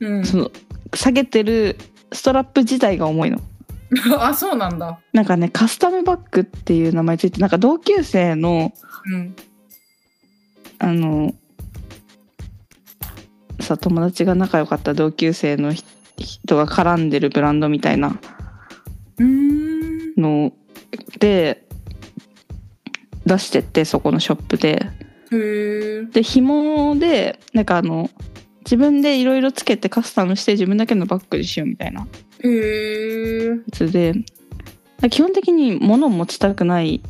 S2: うん
S1: その、下げてるストラップ自体が重いの。
S2: あそうなんだ
S1: なんかね、カスタムバッグっていう名前ついて、なんか同級生の、
S2: うん
S1: あの、さ、友達が仲良かった同級生のひ人が絡んでるブランドみたいな
S2: うーん
S1: ので、出してって、そこのショップで。
S2: へえ
S1: で紐でなんかあの自分でいろいろつけてカスタムして自分だけのバッグにしようみたいなや
S2: へえうん
S1: つで基本的に物を持ちたくない、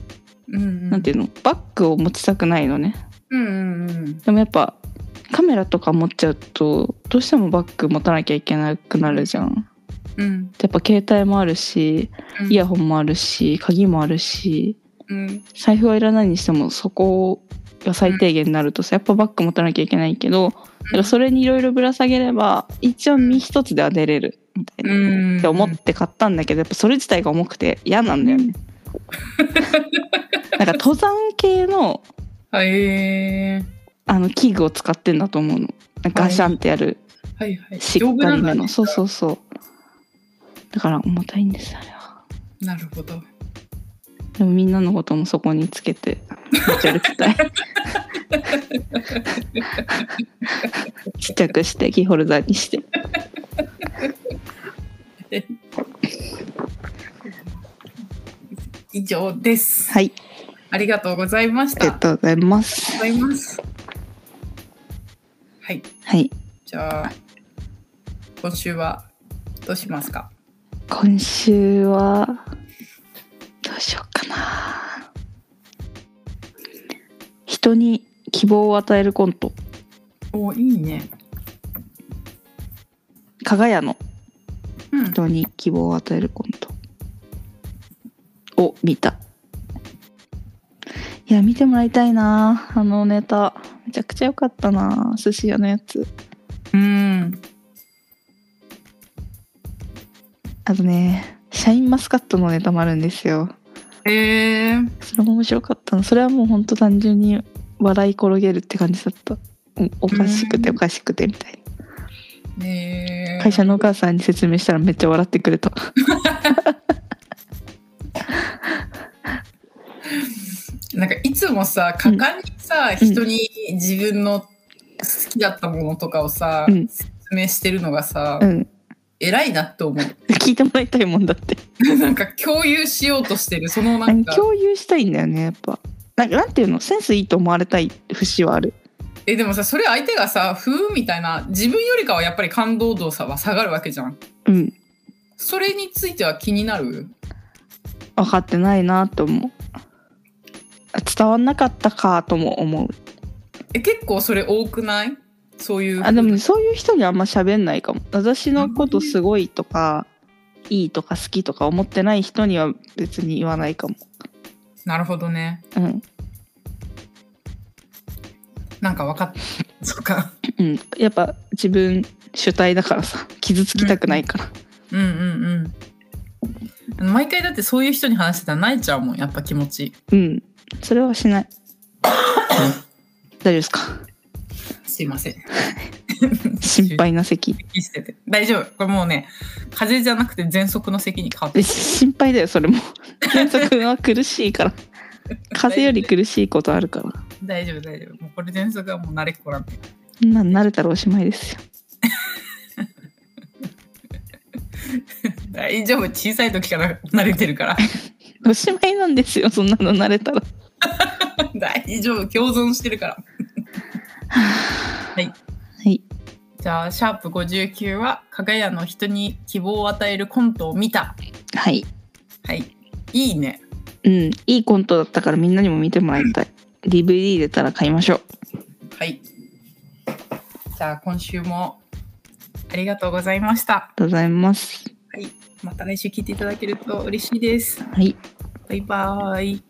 S2: うん
S1: なんていうのバッグを持ちたくないのね
S2: うんうんうん
S1: でもやっぱカメラとか持っちゃうとどうしてもバッグ持たなきゃいけなくなるじゃん
S2: うん
S1: やっぱ携帯もあるし
S2: うん
S1: イヤホンもあるし鍵もあるし
S2: うん
S1: 財布はいらないにしてもそこが最低限になるとさやっぱバッグ持たなきゃいけないけど、だからそれにいろいろぶら下げれば一応身一つでは出れるみたいな、
S2: うん
S1: って思って買ったんだけどやっぱそれ自体が重くて嫌なんだよね。なんか登山系の
S2: はいえ
S1: あの器具を使ってんだと思うのガシャンってやる、
S2: ーはいはい
S1: し
S2: 丈
S1: っ
S2: 夫
S1: か
S2: な
S1: り
S2: ん
S1: め
S2: だ
S1: の
S2: ね
S1: そうそうそうだから重たいんですあれは
S2: なるほど
S1: でもみんなのこともそこにつけて持ち歩きたいちっちゃくしてキーホルダーにして
S2: 以上です
S1: はい
S2: ありがとうございまし
S1: あり
S2: た
S1: がとうございます
S2: ございます。はい、
S1: はい
S2: じゃあ今週はどうしますか。
S1: 今週はどうしようかな人に希望を与えるコント
S2: おいいね。
S1: 加賀屋の
S2: うん。
S1: 人に希望を与えるコントを見たいや見てもらいたいなあのネタめちゃくちゃ良かったな寿司屋のやつ
S2: うん。
S1: あとねシャインマスカットのネタもあるんですよ
S2: えー、
S1: それも面白かったなそれはもうほんと単純に笑い転げるって感じだったおおかしくて
S2: うん
S1: おかしくてみたいな
S2: ねえ
S1: 会社のお母さんに説明したらめっちゃ笑ってくれた
S2: なんかいつもさ果敢にさ、
S1: うん
S2: 人に自分の好きだったものとかをさ、
S1: うん
S2: 説明してるのがさ、
S1: うん
S2: 偉いなって思う。
S1: 聞いてもらいたいもんだって
S2: なんか共有しようとしてるそのなんか
S1: 共有したいんだよねやっぱなんかなんていうのセンスいいと思われたい節はある
S2: えでもさそれ相手がさふーんみたいな自分よりかはやっぱり感動度さは下がるわけじゃん。
S1: うん
S2: それについては気になる
S1: 分かってないなと思う伝わんなかったかとも思う
S2: え結構それ多くないそういう
S1: あでもねそういう人にあんま喋んないかも私のことすごいとかいいとか好きとか思ってない人には別に言わないかも
S2: なるほどね
S1: うん
S2: なんか分かっ そっか
S1: うん、やっぱ自分主体だからさ傷つきたくないから、
S2: うんうんうん毎回だってそういう人に話してたら泣いちゃうもんやっぱ気持 ち
S1: うん、それはしない。大丈夫ですか
S2: すいません
S1: 心配な咳。
S2: 息してて大丈夫これもうね風邪じゃなくて喘息の席に変わって
S1: え心配だよ、それも。 原作は苦しいから。風邪より苦しいことあるから。
S2: 大丈夫大丈夫もうこれ喘息はもう慣れっこなんで
S1: そんなん慣れたらおしまいですよ。
S2: 大丈夫小さい時から慣れてるから
S1: おしまいなんですよ、そんなの慣れたら。
S2: 大丈夫共存してるから。
S1: はいはい。
S2: じゃあシャープ59は「かがやの人に希望を与えるコントを見た
S1: はい。」
S2: はいいいね
S1: うん、いいコントだったからみんなにも見てもらいたい。DVD 出たら買いましょう。
S2: はいじゃあ今週もありがとうございました
S1: ありがとうございます。
S2: また来週聞いていただけると嬉しいです
S1: はい。
S2: バイバーイ